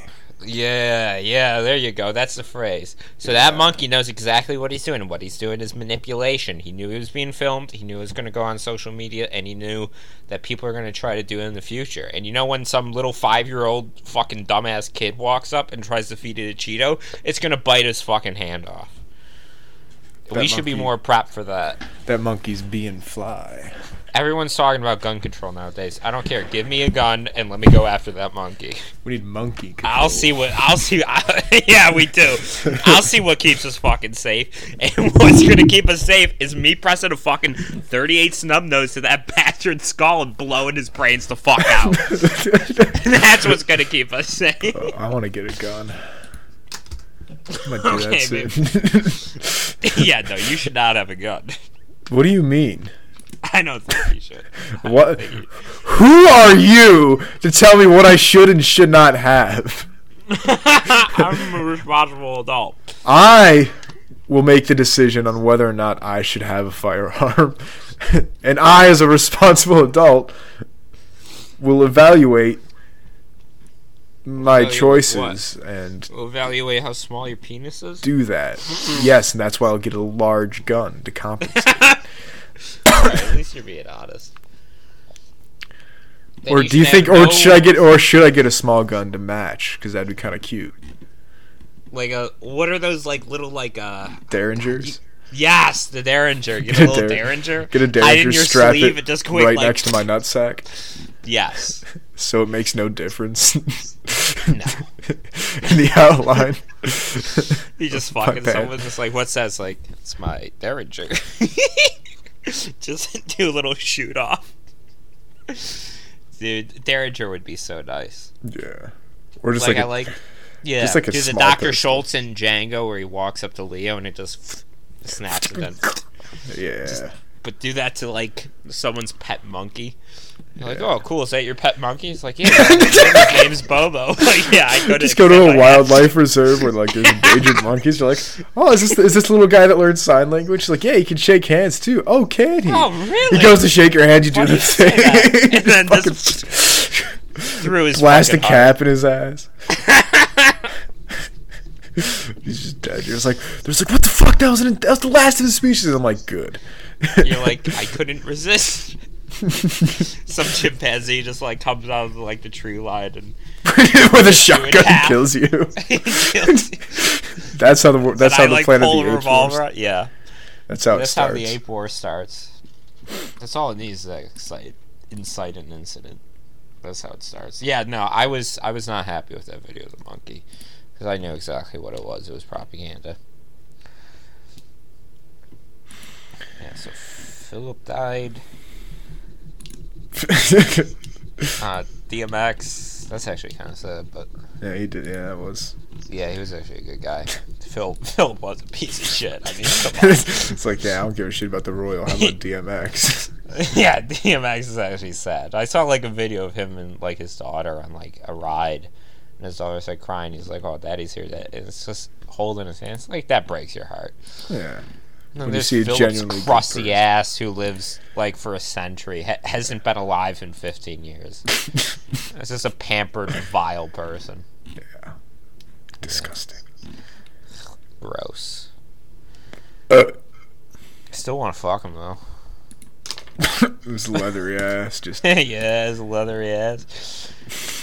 [SPEAKER 1] Yeah, yeah, there you go. That's the phrase. So that monkey knows exactly what he's doing, and what he's doing is manipulation. He knew he was being filmed, he knew it was going to go on social media, and he knew that people are going to try to do it in the future. And you know, when some little five year old fucking dumbass kid walks up and tries to feed it a Cheeto, it's going to bite his fucking hand off. we
[SPEAKER 2] That
[SPEAKER 1] should be
[SPEAKER 2] monkey-
[SPEAKER 1] more prepped for that.
[SPEAKER 2] That monkey's being fly.
[SPEAKER 1] Everyone's talking about gun control nowadays. I don't care. Give me a gun and let me go after that monkey.
[SPEAKER 2] We need monkey. Control.
[SPEAKER 1] I'll see what I'll see. I, yeah, we do. I'll see what keeps us fucking safe, and what's gonna keep us safe is me pressing a fucking thirty-eight snub nose to that bastard's skull and blowing his brains the fuck out. That's what's gonna keep us safe.
[SPEAKER 2] I want to get a gun. I'm gonna do
[SPEAKER 1] Okay,
[SPEAKER 2] that soon.
[SPEAKER 1] yeah, no, you should not have a gun.
[SPEAKER 2] what do you mean?
[SPEAKER 1] I don't think you should.
[SPEAKER 2] What? Who are you to tell me what I should and should not have?
[SPEAKER 1] I'm a responsible adult.
[SPEAKER 2] I will make the decision on whether or not I should have a firearm. and I, as a responsible adult, will evaluate my
[SPEAKER 1] Evaluate
[SPEAKER 2] choices and
[SPEAKER 1] We'll evaluate how small your penis is.
[SPEAKER 2] do that. yes, and that's why I'll get a large gun to compensate.
[SPEAKER 1] at least you're being honest. Then
[SPEAKER 2] or
[SPEAKER 1] should
[SPEAKER 2] do you
[SPEAKER 1] have
[SPEAKER 2] think,
[SPEAKER 1] no-
[SPEAKER 2] or should I get, or should I get a small gun to match? Because that'd be kind of cute.
[SPEAKER 1] like a what are those like little like uh
[SPEAKER 2] Derringers.
[SPEAKER 1] Yes, the derringer. Get a
[SPEAKER 2] Get a
[SPEAKER 1] little
[SPEAKER 2] der-
[SPEAKER 1] derringer.
[SPEAKER 2] Get
[SPEAKER 1] Hide
[SPEAKER 2] a
[SPEAKER 1] in
[SPEAKER 2] Derringer,
[SPEAKER 1] your
[SPEAKER 2] strap
[SPEAKER 1] sleeve.
[SPEAKER 2] it,
[SPEAKER 1] just quick,
[SPEAKER 2] right
[SPEAKER 1] like,
[SPEAKER 2] next to my nutsack,
[SPEAKER 1] Yes.
[SPEAKER 2] so it makes no difference. In the outline.
[SPEAKER 1] You just
[SPEAKER 2] My
[SPEAKER 1] fucking
[SPEAKER 2] bad.
[SPEAKER 1] someone's just like, what's that? It's like, it's my derringer. just do a little shoot off. Dude, derringer would be so nice.
[SPEAKER 2] Yeah. Or just
[SPEAKER 1] like,
[SPEAKER 2] like,
[SPEAKER 1] I
[SPEAKER 2] a-
[SPEAKER 1] like, yeah.
[SPEAKER 2] just like a
[SPEAKER 1] do the
[SPEAKER 2] small
[SPEAKER 1] Doctor
[SPEAKER 2] pistol.
[SPEAKER 1] Schultz in Django where he walks up to Leo and it just snaps and then.
[SPEAKER 2] yeah.
[SPEAKER 1] but do that to like someone's pet monkey. You're Like, oh, cool. Is that your pet monkey? It's like, yeah, his name's Bobo. Like, yeah, I go to
[SPEAKER 2] just go to
[SPEAKER 1] extend
[SPEAKER 2] a
[SPEAKER 1] my-
[SPEAKER 2] wildlife reserve where like there's endangered monkeys. You're like, oh, is this is this little guy that learned sign language? He's like, yeah, he can shake hands too. Oh, can he?
[SPEAKER 1] Oh, really?
[SPEAKER 2] He goes to shake your hand. You do
[SPEAKER 1] Why do
[SPEAKER 2] the
[SPEAKER 1] you say
[SPEAKER 2] same.
[SPEAKER 1] that? And then
[SPEAKER 2] Fucking
[SPEAKER 1] through his
[SPEAKER 2] blast a
[SPEAKER 1] fucking
[SPEAKER 2] cap in his ass. He's just dead. He was like, "There's like, what the fuck? That was an, that was the last of his species." I'm like, "Good."
[SPEAKER 1] heart. You're like, I couldn't resist. Some chimpanzee just like comes out of like the tree line and
[SPEAKER 2] with a shotgun
[SPEAKER 3] half.
[SPEAKER 2] kills you.
[SPEAKER 1] Kills you.
[SPEAKER 2] That's how the wor- that's
[SPEAKER 3] And
[SPEAKER 2] how
[SPEAKER 3] I,
[SPEAKER 2] the
[SPEAKER 3] like,
[SPEAKER 2] planet
[SPEAKER 3] pull
[SPEAKER 2] of the
[SPEAKER 3] a
[SPEAKER 2] apes.
[SPEAKER 3] revolver.
[SPEAKER 2] works.
[SPEAKER 3] out- Yeah.
[SPEAKER 2] That's how it
[SPEAKER 1] That's how
[SPEAKER 2] Oh, starts.
[SPEAKER 1] the ape war starts. That's all it needs is that excite, incite an incident. That's how it starts. Yeah, no, I was I was not happy with that video of the monkey because I knew exactly what it was. It was propaganda. Yeah, so Philip died. Uh, DMX. That's actually kind of sad, but
[SPEAKER 2] yeah, he did. Yeah, that was.
[SPEAKER 1] yeah, he was actually a good guy. Phil Philip was a piece of shit. I mean, come on.
[SPEAKER 2] it's like yeah, I don't give a shit about the royal. How about DMX?
[SPEAKER 1] yeah, DMX is actually sad. I saw like a video of him and like his daughter on like a ride, and his daughter's like crying. He's like, "Oh, daddy's here." That and it's just holding his hands. Like that breaks your heart.
[SPEAKER 2] yeah,
[SPEAKER 1] And then
[SPEAKER 2] When you
[SPEAKER 1] there's
[SPEAKER 2] see a
[SPEAKER 1] Philip's
[SPEAKER 2] genuinely good person.
[SPEAKER 1] crusty ass who lives like for a century, ha- hasn't been alive in 15 years. it's just a pampered, vile person.
[SPEAKER 2] disgusting.
[SPEAKER 1] Gross.
[SPEAKER 2] Uh,
[SPEAKER 1] I still want to fuck him though.
[SPEAKER 2] it was leathery ass, just
[SPEAKER 1] yeah, his leathery ass.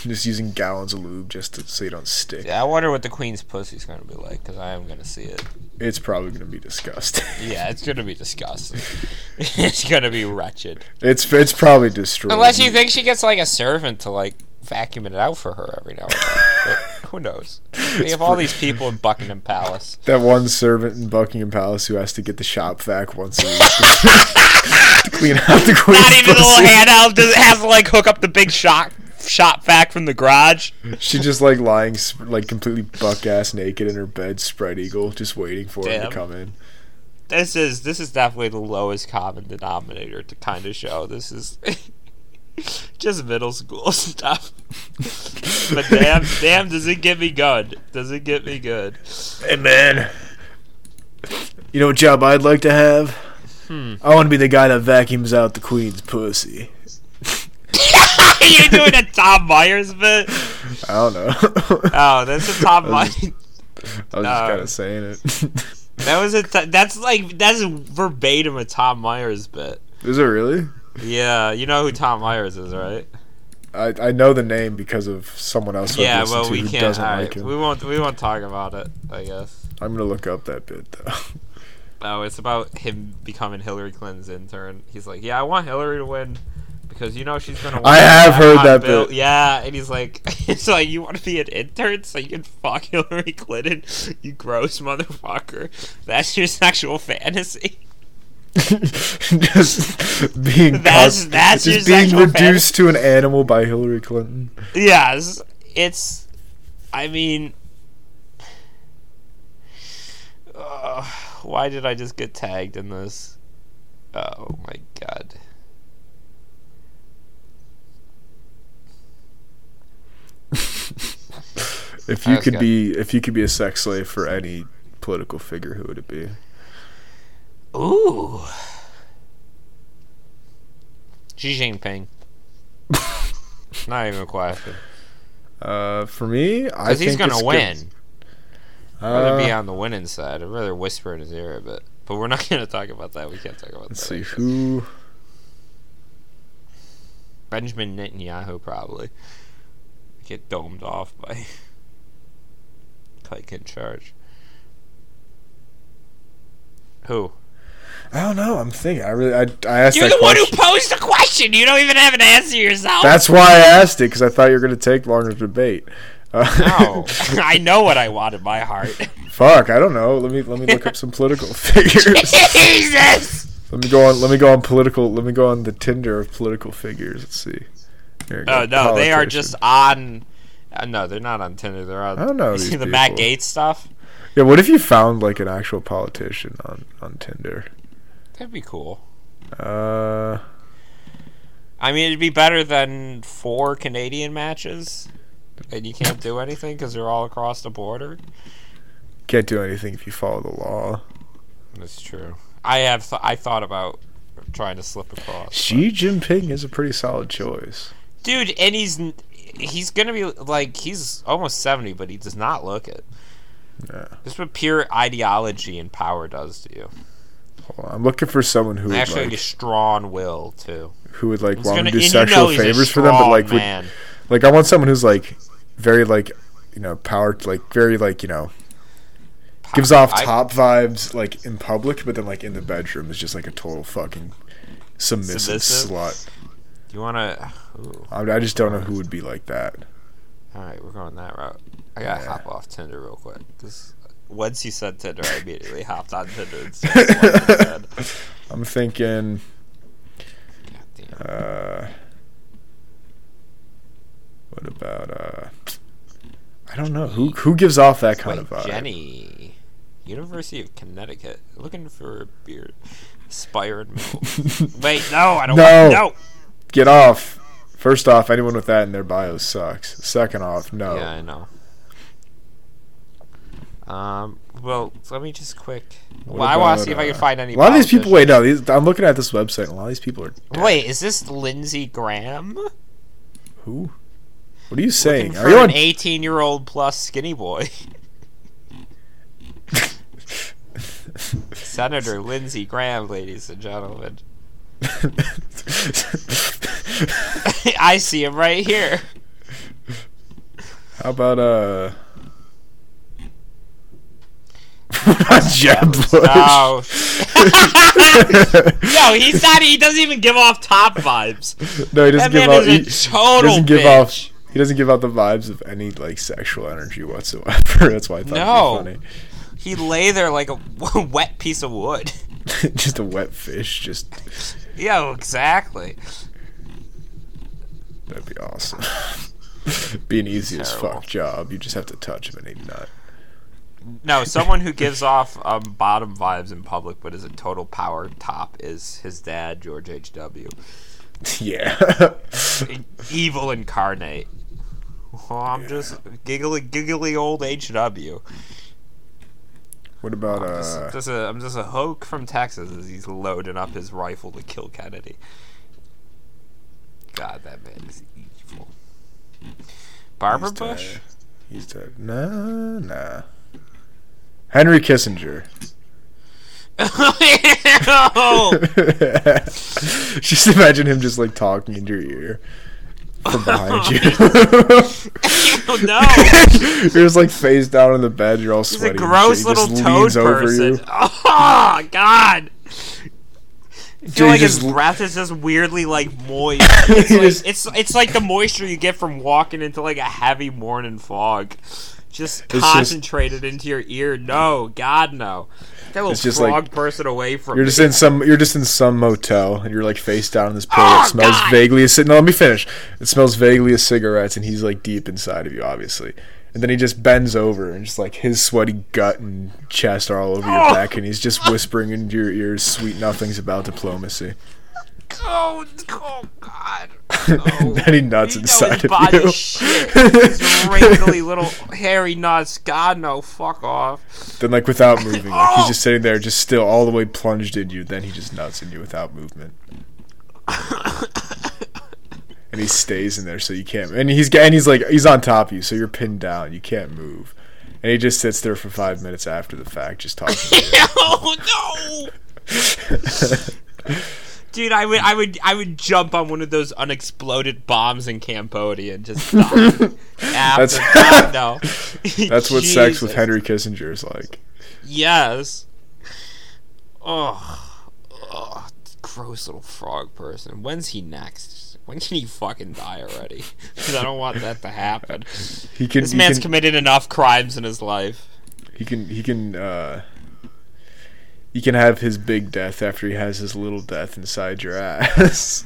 [SPEAKER 2] just using gallons of lube just to, so you don't stick.
[SPEAKER 1] Yeah, I wonder what the queen's pussy's gonna be like because I am gonna see it.
[SPEAKER 2] It's probably gonna be disgusting.
[SPEAKER 1] Yeah, it's gonna be disgusting. it's gonna be wretched.
[SPEAKER 2] It's it's probably destroyed.
[SPEAKER 1] Unless you think she gets like a servant to like vacuum it out for her every now and then. But who knows? They have all these people in Buckingham Palace.
[SPEAKER 2] that one servant in Buckingham Palace who has to get the shop vac once a week to clean out the queen's
[SPEAKER 3] Not even the little
[SPEAKER 2] pussy.
[SPEAKER 3] handheld does it has to like hook up the big shot shot back from the garage.
[SPEAKER 2] She just like lying sp- like completely buck ass naked in her bed, spread eagle, just waiting for him
[SPEAKER 1] Damn.
[SPEAKER 2] to come in.
[SPEAKER 1] This is this is definitely the lowest common denominator to kind of show. This is just middle school stuff. but damn, damn, does it get me good? Does it get me good?
[SPEAKER 2] Hey man, you know what job I'd like to have?
[SPEAKER 1] Hmm.
[SPEAKER 2] I want to be the guy that vacuums out the queen's pussy.
[SPEAKER 1] You're doing a Tom Myers bit.
[SPEAKER 2] I don't know.
[SPEAKER 1] Oh, that's uh, a Tom Myers.
[SPEAKER 2] I
[SPEAKER 1] No.
[SPEAKER 2] was just kind of saying it.
[SPEAKER 1] That was a. T- that's like that's verbatim a Tom Myers bit.
[SPEAKER 2] Is it really?
[SPEAKER 1] Yeah, you know who Tom Myers is, right?
[SPEAKER 2] I, I know the name because of someone else. I've
[SPEAKER 1] yeah,
[SPEAKER 2] listened
[SPEAKER 1] well
[SPEAKER 2] to
[SPEAKER 1] we
[SPEAKER 2] who
[SPEAKER 1] can't.
[SPEAKER 2] doesn't
[SPEAKER 1] all right,
[SPEAKER 2] like him.
[SPEAKER 1] we won't. We won't talk about it. I guess.
[SPEAKER 2] I'm gonna look up that bit though.
[SPEAKER 1] No, Oh, it's about him becoming Hillary Clinton's intern. He's like, yeah, I want Hillary to win because you know she's gonna. Win
[SPEAKER 2] I have heard
[SPEAKER 1] hot
[SPEAKER 2] that bit.
[SPEAKER 1] Yeah, and he's like, it's like you want to be an intern so you can fuck Hillary Clinton, you gross motherfucker. That's your sexual fantasy.
[SPEAKER 2] just being
[SPEAKER 1] That's-
[SPEAKER 2] cos-
[SPEAKER 1] that's your
[SPEAKER 2] just being
[SPEAKER 1] sexual
[SPEAKER 2] reduced to an animal by Hillary Clinton.
[SPEAKER 1] Yes, it's. I mean, uh, why did I just get tagged in this? Oh my god!
[SPEAKER 2] If you
[SPEAKER 1] That's
[SPEAKER 2] could
[SPEAKER 1] good.
[SPEAKER 2] be, if you could be a sex slave for any political figure, who would it be?
[SPEAKER 1] Ooh. Xi Jinping. Not even a question.
[SPEAKER 2] Uh, for me, I
[SPEAKER 1] Because
[SPEAKER 2] think
[SPEAKER 1] he's gonna
[SPEAKER 2] it's
[SPEAKER 1] win.
[SPEAKER 2] Good.
[SPEAKER 1] I'd rather
[SPEAKER 2] Uh,
[SPEAKER 1] be on the winning side. I'd rather whisper in his ear a bit. But we're not gonna talk about that. We can't talk about
[SPEAKER 2] let's
[SPEAKER 1] that.
[SPEAKER 2] see
[SPEAKER 1] actually.
[SPEAKER 2] who.
[SPEAKER 1] Benjamin Netanyahu probably get domed off by Pike in charge. Who?
[SPEAKER 2] I don't know. I'm thinking. I really. I, I asked
[SPEAKER 1] You're
[SPEAKER 2] that
[SPEAKER 1] the one who
[SPEAKER 2] question.
[SPEAKER 1] posed the question. You don't even have an answer yourself.
[SPEAKER 2] That's why I asked it because I thought you were gonna take longer to debate. Uh,
[SPEAKER 1] no. I know what I want in my heart.
[SPEAKER 2] fuck. I don't know. Let me let me look up some political figures.
[SPEAKER 1] Jesus.
[SPEAKER 2] Let me go on. Let me go on political. Let me go on the Tinder of political figures. Let's see. Here we go,
[SPEAKER 1] Oh no, they are
[SPEAKER 2] politician.
[SPEAKER 1] just on. Uh, no, they're not on Tinder. They're on.
[SPEAKER 2] I don't know
[SPEAKER 1] You
[SPEAKER 2] these
[SPEAKER 1] see the Matt
[SPEAKER 2] people.
[SPEAKER 1] Gates stuff?
[SPEAKER 2] Yeah. What if you found like an actual politician on on Tinder?
[SPEAKER 1] That'd be cool.
[SPEAKER 2] Uh,
[SPEAKER 1] I mean, it'd be better than four Canadian matches, and you can't do anything because they're all across the border.
[SPEAKER 2] can't do anything if you follow the law.
[SPEAKER 1] That's true. I have. Th- I thought about trying to slip across,
[SPEAKER 2] Xi Jinping is a pretty solid choice.
[SPEAKER 1] dude. And he's n- he's gonna be like he's almost seventy, but he does not look it.
[SPEAKER 2] Yeah.
[SPEAKER 1] This is what pure ideology and power does to you.
[SPEAKER 2] Hold on, I'm looking for someone who would
[SPEAKER 1] Actually,
[SPEAKER 2] like,
[SPEAKER 1] a strong will too.
[SPEAKER 2] who would like
[SPEAKER 1] He's
[SPEAKER 2] want
[SPEAKER 1] gonna-
[SPEAKER 2] to do
[SPEAKER 1] and you
[SPEAKER 2] sexual
[SPEAKER 1] know he's a
[SPEAKER 2] favors for them, but
[SPEAKER 1] strong
[SPEAKER 2] like would,
[SPEAKER 1] man.
[SPEAKER 2] like I want someone who's like very like you know power like very like you know gives off
[SPEAKER 1] I-
[SPEAKER 2] top vibes like in public, but then like in the bedroom is just like a total fucking submissive,
[SPEAKER 1] Submissive?
[SPEAKER 2] slut.
[SPEAKER 1] Do you want to? Ooh,
[SPEAKER 2] I, I just don't know who would be like that.
[SPEAKER 1] all right, we're going that route. I gotta
[SPEAKER 2] Yeah.
[SPEAKER 1] hop off Tinder real quick. 'cause once you said Tinder, I immediately hopped on Tinder. And started swiping my head.
[SPEAKER 2] I'm thinking.
[SPEAKER 1] God damn.
[SPEAKER 2] Uh, what about uh? I don't know who who gives off that kind
[SPEAKER 1] Wait,
[SPEAKER 2] of vibe.
[SPEAKER 1] Jenny, University of Connecticut, looking for a beard. Aspired milk. Wait, no, I don't.
[SPEAKER 2] No.
[SPEAKER 1] Want,
[SPEAKER 2] Get off. First off, anyone with that in their bio sucks. Second off,
[SPEAKER 1] no.
[SPEAKER 2] no.
[SPEAKER 1] Yeah, I know. Um. Well, let me just quick.
[SPEAKER 2] What
[SPEAKER 1] well, I want
[SPEAKER 2] about,
[SPEAKER 1] to see if I
[SPEAKER 2] uh,
[SPEAKER 1] can find any.
[SPEAKER 2] A lot of these people. Wait, no. These, I'm looking at this website, and a lot of these people are
[SPEAKER 1] politicians. Wait, is this Lindsey Graham?
[SPEAKER 2] who? What are you
[SPEAKER 1] Looking
[SPEAKER 2] saying?
[SPEAKER 1] for
[SPEAKER 2] Are you
[SPEAKER 1] an
[SPEAKER 2] on?
[SPEAKER 1] 18-year-old plus skinny boy? Senator Lindsey Graham, ladies and gentlemen. I see him right here.
[SPEAKER 2] How about uh? Jeb Bush.
[SPEAKER 1] No. Oh. No, he's not. He doesn't even give off top vibes.
[SPEAKER 2] No, he doesn't
[SPEAKER 1] That
[SPEAKER 2] give
[SPEAKER 1] man
[SPEAKER 2] off.
[SPEAKER 1] is a
[SPEAKER 2] He, he
[SPEAKER 1] total
[SPEAKER 2] doesn't give
[SPEAKER 1] bitch.
[SPEAKER 2] off. He doesn't give out the vibes of any like sexual energy whatsoever. That's why I thought it'd be
[SPEAKER 1] He lay there like a w- wet piece of wood.
[SPEAKER 2] funny. just a wet fish. Just
[SPEAKER 1] Yo, exactly.
[SPEAKER 2] that'd be awesome. be an easy as
[SPEAKER 1] Terrible.
[SPEAKER 2] fuck job. You just have to touch him and he'd nut.
[SPEAKER 1] No, someone who gives off um, bottom vibes in public but is a total power top is his dad, George H.W.
[SPEAKER 2] yeah.
[SPEAKER 1] An Evil incarnate. Oh, I'm just giggly, giggly old H.W.
[SPEAKER 2] what about
[SPEAKER 1] This-
[SPEAKER 2] uh?
[SPEAKER 1] this a- I'm just a hoke from Texas as he's loading up his rifle to kill Kennedy. God, that man is evil. Barbara
[SPEAKER 2] he's
[SPEAKER 1] Bush?
[SPEAKER 2] dead. He's dead. Nah, nah. Henry Kissinger.
[SPEAKER 1] Ew.
[SPEAKER 2] just imagine him just like talking into your ear from behind you.
[SPEAKER 1] no!
[SPEAKER 2] you're just like face down in the bed. You're all
[SPEAKER 1] He's a
[SPEAKER 2] sweaty. and
[SPEAKER 1] gross
[SPEAKER 2] shit.
[SPEAKER 1] little
[SPEAKER 2] he just
[SPEAKER 1] toad
[SPEAKER 2] leans over
[SPEAKER 1] person.
[SPEAKER 2] you.
[SPEAKER 1] Oh God! I
[SPEAKER 2] Dude,
[SPEAKER 1] feel like
[SPEAKER 2] he
[SPEAKER 1] his
[SPEAKER 2] just-
[SPEAKER 1] breath is just weirdly like moist. It's
[SPEAKER 2] He
[SPEAKER 1] like,
[SPEAKER 2] just-
[SPEAKER 1] it's, it's like the moisture you get from walking into like a heavy morning fog, just
[SPEAKER 2] just-
[SPEAKER 1] concentrated into your ear. No, God, no! Get a little
[SPEAKER 2] It's just
[SPEAKER 1] frog
[SPEAKER 2] like-
[SPEAKER 1] person away from
[SPEAKER 2] You're
[SPEAKER 1] me.
[SPEAKER 2] just in some. You're just in some motel, and you're like face down in this pillow.
[SPEAKER 1] Oh,
[SPEAKER 2] it smells
[SPEAKER 1] God!
[SPEAKER 2] vaguely. Of, ci- no, let me finish. It smells vaguely of cigarettes, and he's like deep inside of you, obviously. And then he just bends over, and just like his sweaty gut and chest are all over your
[SPEAKER 1] Oh!
[SPEAKER 2] back, and he's just whispering into your ears sweet nothings about diplomacy.
[SPEAKER 1] Oh, oh God! Oh.
[SPEAKER 2] and then he nuts
[SPEAKER 1] You know
[SPEAKER 2] inside
[SPEAKER 1] his body
[SPEAKER 2] of you.
[SPEAKER 1] shit. His wrinkly little hairy nuts. God, no! Fuck off!
[SPEAKER 2] Then, like without moving, like he's
[SPEAKER 1] Oh!
[SPEAKER 2] just sitting there, just still all the way plunged in you. Then he just nuts in you without movement, and he stays in there, so you can't. And he's and he's like he's on top of you, so you're pinned down, you can't move. And he just sits there for five minutes after the fact, just talking.
[SPEAKER 1] oh no! Dude, I would, I would, I would jump on one of those unexploded bombs in Cambodia and just die. After
[SPEAKER 2] That's-
[SPEAKER 1] God, no.
[SPEAKER 2] That's what sex with
[SPEAKER 1] Jesus.
[SPEAKER 2] Henry Kissinger is like.
[SPEAKER 1] Yes. Oh, oh, gross little frog person. When's he next? When can he fucking die already? 'Cause I don't want that to happen.
[SPEAKER 2] He can.
[SPEAKER 1] This
[SPEAKER 2] he
[SPEAKER 1] man's
[SPEAKER 2] can,
[SPEAKER 1] committed enough crimes in his life.
[SPEAKER 2] he can. He can. uh he can have his big death after he has his little death inside your ass.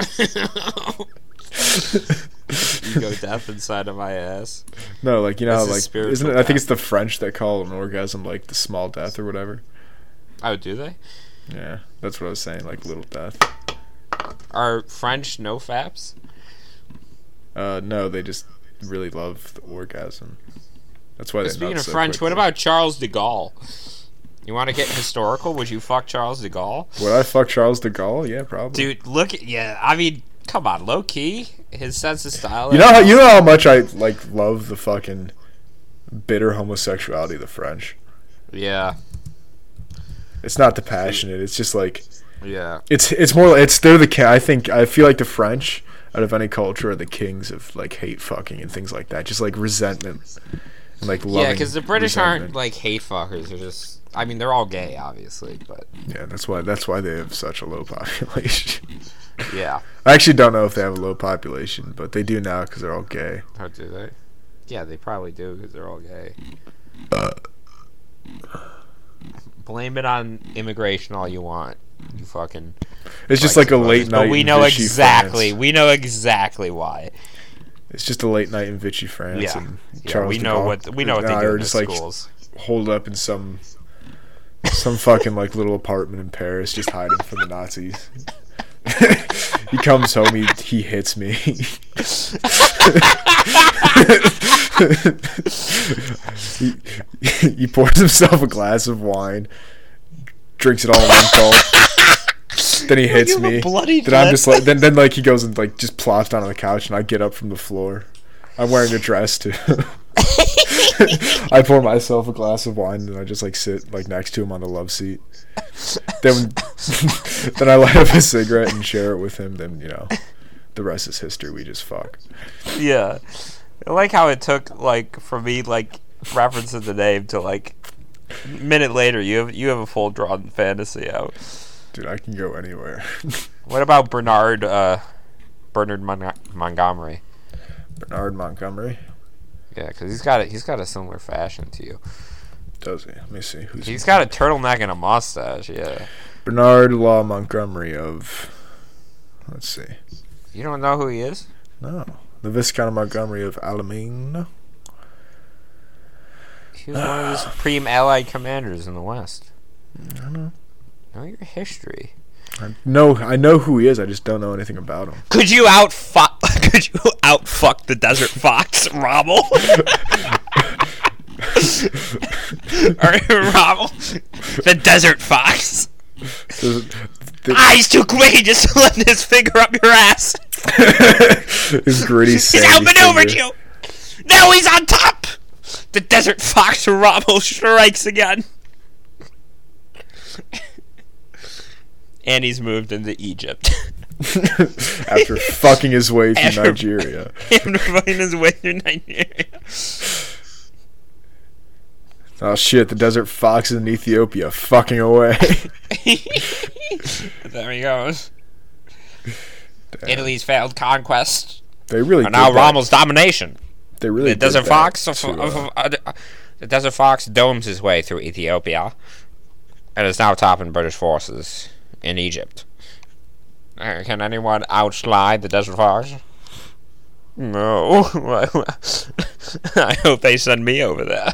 [SPEAKER 1] Ego death inside of my ass.
[SPEAKER 2] No, like you know,
[SPEAKER 1] This
[SPEAKER 2] how,
[SPEAKER 1] is
[SPEAKER 2] like
[SPEAKER 1] spiritual
[SPEAKER 2] isn't it, I
[SPEAKER 1] death.
[SPEAKER 2] think it's the French that call an orgasm like the small death or whatever.
[SPEAKER 1] Oh, do they?
[SPEAKER 2] Yeah, that's what I was saying, like little death.
[SPEAKER 1] Are French no faps?
[SPEAKER 2] Uh, no, they just really love the orgasm. That's why they.
[SPEAKER 1] Speaking
[SPEAKER 2] nut
[SPEAKER 1] of
[SPEAKER 2] so
[SPEAKER 1] French, what
[SPEAKER 2] quickly.
[SPEAKER 1] about Charles de Gaulle? You want to get historical? Would you fuck Charles de Gaulle?
[SPEAKER 2] Would I fuck Charles de Gaulle? Yeah, probably.
[SPEAKER 1] Dude, look at yeah. I mean, come on, low key. His sense of style.
[SPEAKER 2] you know how you know how much I like love the fucking bitter homosexuality of the French.
[SPEAKER 1] Yeah,
[SPEAKER 2] It's not the passionate. It's just like
[SPEAKER 1] yeah.
[SPEAKER 2] it's it's more. It's they're the. ca- I think I feel like the French out of any culture are the kings of like hate fucking and things like that. Just like resentment, and, like loving.
[SPEAKER 1] yeah, because the British aren't
[SPEAKER 2] resentment.
[SPEAKER 1] like hate fuckers. They're just. I mean, they're all gay, obviously, but
[SPEAKER 2] yeah, that's why that's why they have such a low population.
[SPEAKER 1] yeah.
[SPEAKER 2] I actually don't know if they have a low population, but they do now because they're all gay.
[SPEAKER 1] How Oh, do they? Yeah, they probably do because they're all gay. Blame it on immigration all you want. You fucking.
[SPEAKER 2] It's just
[SPEAKER 1] Like
[SPEAKER 2] like, a
[SPEAKER 1] suppose.
[SPEAKER 2] late night.
[SPEAKER 1] But we
[SPEAKER 2] in
[SPEAKER 1] know
[SPEAKER 2] Vichy,
[SPEAKER 1] exactly.
[SPEAKER 2] France.
[SPEAKER 1] We know exactly why.
[SPEAKER 2] It's just a late night in Vichy, France.
[SPEAKER 1] Yeah.
[SPEAKER 2] and
[SPEAKER 1] Yeah,
[SPEAKER 2] Charles
[SPEAKER 1] we
[SPEAKER 2] de
[SPEAKER 1] know
[SPEAKER 2] Gaulle
[SPEAKER 1] what we know what
[SPEAKER 2] and
[SPEAKER 1] they
[SPEAKER 2] I
[SPEAKER 1] do
[SPEAKER 2] are
[SPEAKER 1] in the
[SPEAKER 2] just like
[SPEAKER 1] schools.
[SPEAKER 2] holed up in some some fucking like little apartment in Paris, just hiding from the Nazis. he comes home, he he hits me. he, he pours himself a glass of wine, drinks it all in one gulp. Then he hits
[SPEAKER 3] have a
[SPEAKER 2] me.
[SPEAKER 3] bloody
[SPEAKER 2] Then I'm
[SPEAKER 3] lip.
[SPEAKER 2] just like then then like he goes and like just plops down on the couch and I get up from the floor. I'm wearing a dress too. I pour myself a glass of wine and I just like sit like next to him on the love seat. Then then I light up a cigarette and share it with him. Then you know, the rest is history. We just fuck.
[SPEAKER 1] Yeah, I like how it took like for me like referencing the name to like a minute later you have you have a full drawn fantasy out.
[SPEAKER 2] Dude, I can go anywhere.
[SPEAKER 1] What about Bernard uh, Bernard Mon- Montgomery?
[SPEAKER 2] Bernard Montgomery.
[SPEAKER 1] Yeah, because he's got a, he's got a similar fashion to you.
[SPEAKER 2] Does he? Let me see. Who's
[SPEAKER 1] He's got a turtleneck and a mustache. Yeah,
[SPEAKER 2] Bernard Law Montgomery of? Let's see.
[SPEAKER 1] you don't know who he is?
[SPEAKER 2] No, the Viscount Montgomery of Alamein.
[SPEAKER 1] He was one of the supreme Allied commanders in the West.
[SPEAKER 2] I don't know.
[SPEAKER 1] Know your history.
[SPEAKER 2] I know. I know who he is. I just don't know anything about him.
[SPEAKER 3] Could you out Could you out fuck the desert fox, Rommel? Or Rommel, the desert fox.
[SPEAKER 2] There's- th-
[SPEAKER 3] Eyes too quick. He just slipped his finger up your ass.
[SPEAKER 2] his gritty
[SPEAKER 3] He's
[SPEAKER 2] sandy
[SPEAKER 3] outmaneuvered
[SPEAKER 2] finger.
[SPEAKER 3] you. Now he's on top. The desert fox, Rommel strikes again.
[SPEAKER 1] And he's moved into Egypt.
[SPEAKER 2] after fucking his way through
[SPEAKER 3] After-
[SPEAKER 2] Nigeria.
[SPEAKER 3] Him to find his way through Nigeria.
[SPEAKER 2] Oh shit, the desert fox is in Ethiopia fucking away.
[SPEAKER 1] there he goes.
[SPEAKER 2] Damn.
[SPEAKER 1] Italy's failed conquest.
[SPEAKER 2] They really
[SPEAKER 1] And now
[SPEAKER 2] did that-
[SPEAKER 1] Rommel's domination.
[SPEAKER 2] They really
[SPEAKER 1] The
[SPEAKER 2] did
[SPEAKER 1] Desert
[SPEAKER 2] that
[SPEAKER 1] Fox.
[SPEAKER 2] to,
[SPEAKER 1] Of, of,
[SPEAKER 2] uh,
[SPEAKER 1] of- uh, the Desert Fox domes his way through Ethiopia, and is now topping British forces in Egypt. Uh, can anyone outslide the Desert Fox? No. I hope they send me over there.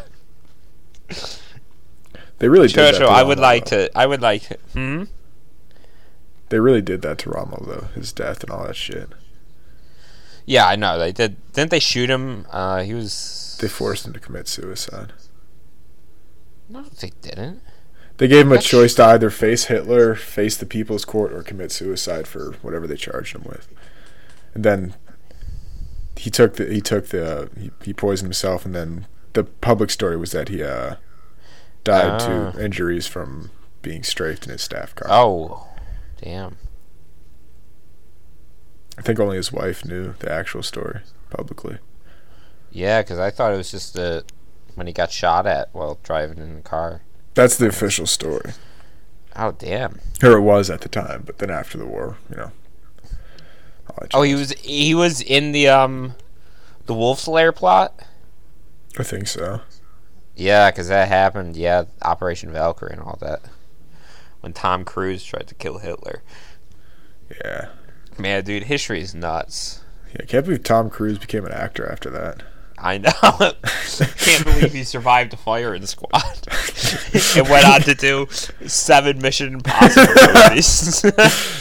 [SPEAKER 2] they really did that
[SPEAKER 1] Churchill,
[SPEAKER 2] to
[SPEAKER 1] I would
[SPEAKER 2] Rommel,
[SPEAKER 1] like
[SPEAKER 2] though.
[SPEAKER 1] to. I would like. Hmm.
[SPEAKER 2] They really did that to Rommel though, his death and all that shit.
[SPEAKER 1] Yeah, I know they did. Didn't they shoot him? Uh, he was.
[SPEAKER 2] They forced him to commit suicide.
[SPEAKER 1] No, they didn't.
[SPEAKER 2] They gave him a
[SPEAKER 1] That's-
[SPEAKER 2] choice to either face Hitler, face the People's Court, or commit suicide for whatever they charged him with. And then he took the he took the he, he poisoned himself, and then the public story was that he uh, died
[SPEAKER 1] Ah.
[SPEAKER 2] to injuries from being strafed in his staff car.
[SPEAKER 1] Oh, damn.
[SPEAKER 2] I think only his wife knew the actual story publicly.
[SPEAKER 1] Yeah, because I thought it was just the when he got shot at while driving in the car.
[SPEAKER 2] That's the official story.
[SPEAKER 1] Oh damn!
[SPEAKER 2] Or it was at the time, but then after the war, you know. all that
[SPEAKER 1] Oh,
[SPEAKER 2] shit.
[SPEAKER 1] he was he was in the um the Wolf's Lair plot.
[SPEAKER 2] I think so.
[SPEAKER 1] Yeah, because that happened. Yeah, Operation Valkyrie and all that. When Tom Cruise tried to kill Hitler.
[SPEAKER 2] Yeah.
[SPEAKER 1] Man, dude, history is nuts.
[SPEAKER 2] Yeah, I can't believe Tom Cruise became an actor after that.
[SPEAKER 1] I know. Can't believe he survived a firing squad. and went on to do seven Mission Impossible movies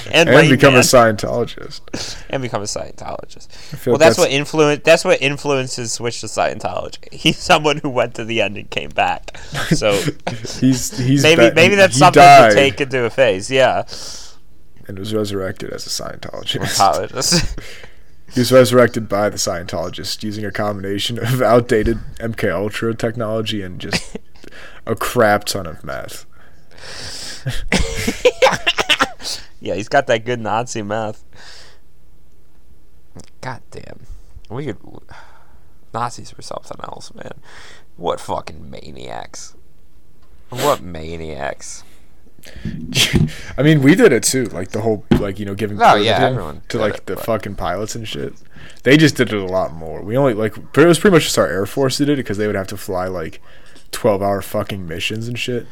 [SPEAKER 1] and,
[SPEAKER 2] and
[SPEAKER 1] Rain
[SPEAKER 2] become
[SPEAKER 1] Man.
[SPEAKER 2] a Scientologist.
[SPEAKER 1] and become a Scientologist.
[SPEAKER 2] feel
[SPEAKER 1] Well, that's,
[SPEAKER 2] like that's-
[SPEAKER 1] what influence. That's what influences switch to Scientology. He's someone who went to the end and came back. So
[SPEAKER 2] He's he's
[SPEAKER 1] maybe
[SPEAKER 2] ba-
[SPEAKER 1] maybe
[SPEAKER 2] he-
[SPEAKER 1] that's
[SPEAKER 2] he
[SPEAKER 1] something
[SPEAKER 2] died
[SPEAKER 1] to take into a phase. Yeah,
[SPEAKER 2] and was resurrected as a Scientologist.
[SPEAKER 1] Scientologist.
[SPEAKER 2] he was resurrected by the Scientologist using a combination of outdated MK Ultra technology and just a crap ton of meth.
[SPEAKER 1] yeah, he's got that good Nazi mouth. God damn. We could. Nazis were something else, man. What fucking maniacs. What maniacs.
[SPEAKER 2] I mean, we did it too. Like the whole, like you know, giving
[SPEAKER 1] No,
[SPEAKER 2] birth
[SPEAKER 1] Oh, yeah,
[SPEAKER 2] to-
[SPEAKER 1] everyone
[SPEAKER 2] to
[SPEAKER 1] did
[SPEAKER 2] like
[SPEAKER 1] it,
[SPEAKER 2] the
[SPEAKER 1] but-
[SPEAKER 2] fucking pilots and shit. They just did it a lot more. We only like it was pretty much just our air force that did it because they would have to fly like twelve-hour fucking missions and shit.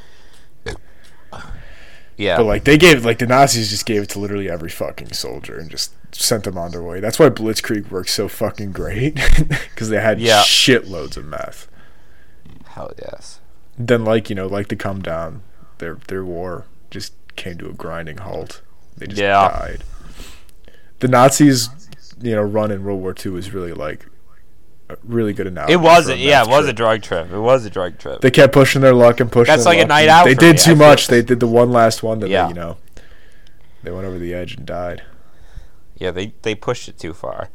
[SPEAKER 1] Yeah.
[SPEAKER 2] But like they gave like the Nazis just gave it to literally every fucking soldier and just sent them on their way. That's why Blitzkrieg worked so fucking great because they had
[SPEAKER 1] Yeah.
[SPEAKER 2] shitloads of meth.
[SPEAKER 1] Hell yes.
[SPEAKER 2] Then like you know like the come down, their their war just came to a grinding halt. They just
[SPEAKER 1] Yeah.
[SPEAKER 2] died. The Nazis, you know, run in World War II was really like a really good analogy.
[SPEAKER 1] It was,
[SPEAKER 2] for
[SPEAKER 1] a, yeah,
[SPEAKER 2] meth
[SPEAKER 1] it was a
[SPEAKER 2] trip.
[SPEAKER 1] drug trip. It was a drug trip.
[SPEAKER 2] They kept pushing their luck and pushing.
[SPEAKER 1] That's
[SPEAKER 2] their
[SPEAKER 1] like a
[SPEAKER 2] luck,
[SPEAKER 1] night
[SPEAKER 2] and
[SPEAKER 1] out
[SPEAKER 2] They
[SPEAKER 1] for
[SPEAKER 2] did
[SPEAKER 1] me,
[SPEAKER 2] too
[SPEAKER 1] I
[SPEAKER 2] much.
[SPEAKER 1] feel.
[SPEAKER 2] They did the one last one that
[SPEAKER 1] Yeah.
[SPEAKER 2] they, you know they went over the edge and died.
[SPEAKER 1] yeah, they, they pushed it too far.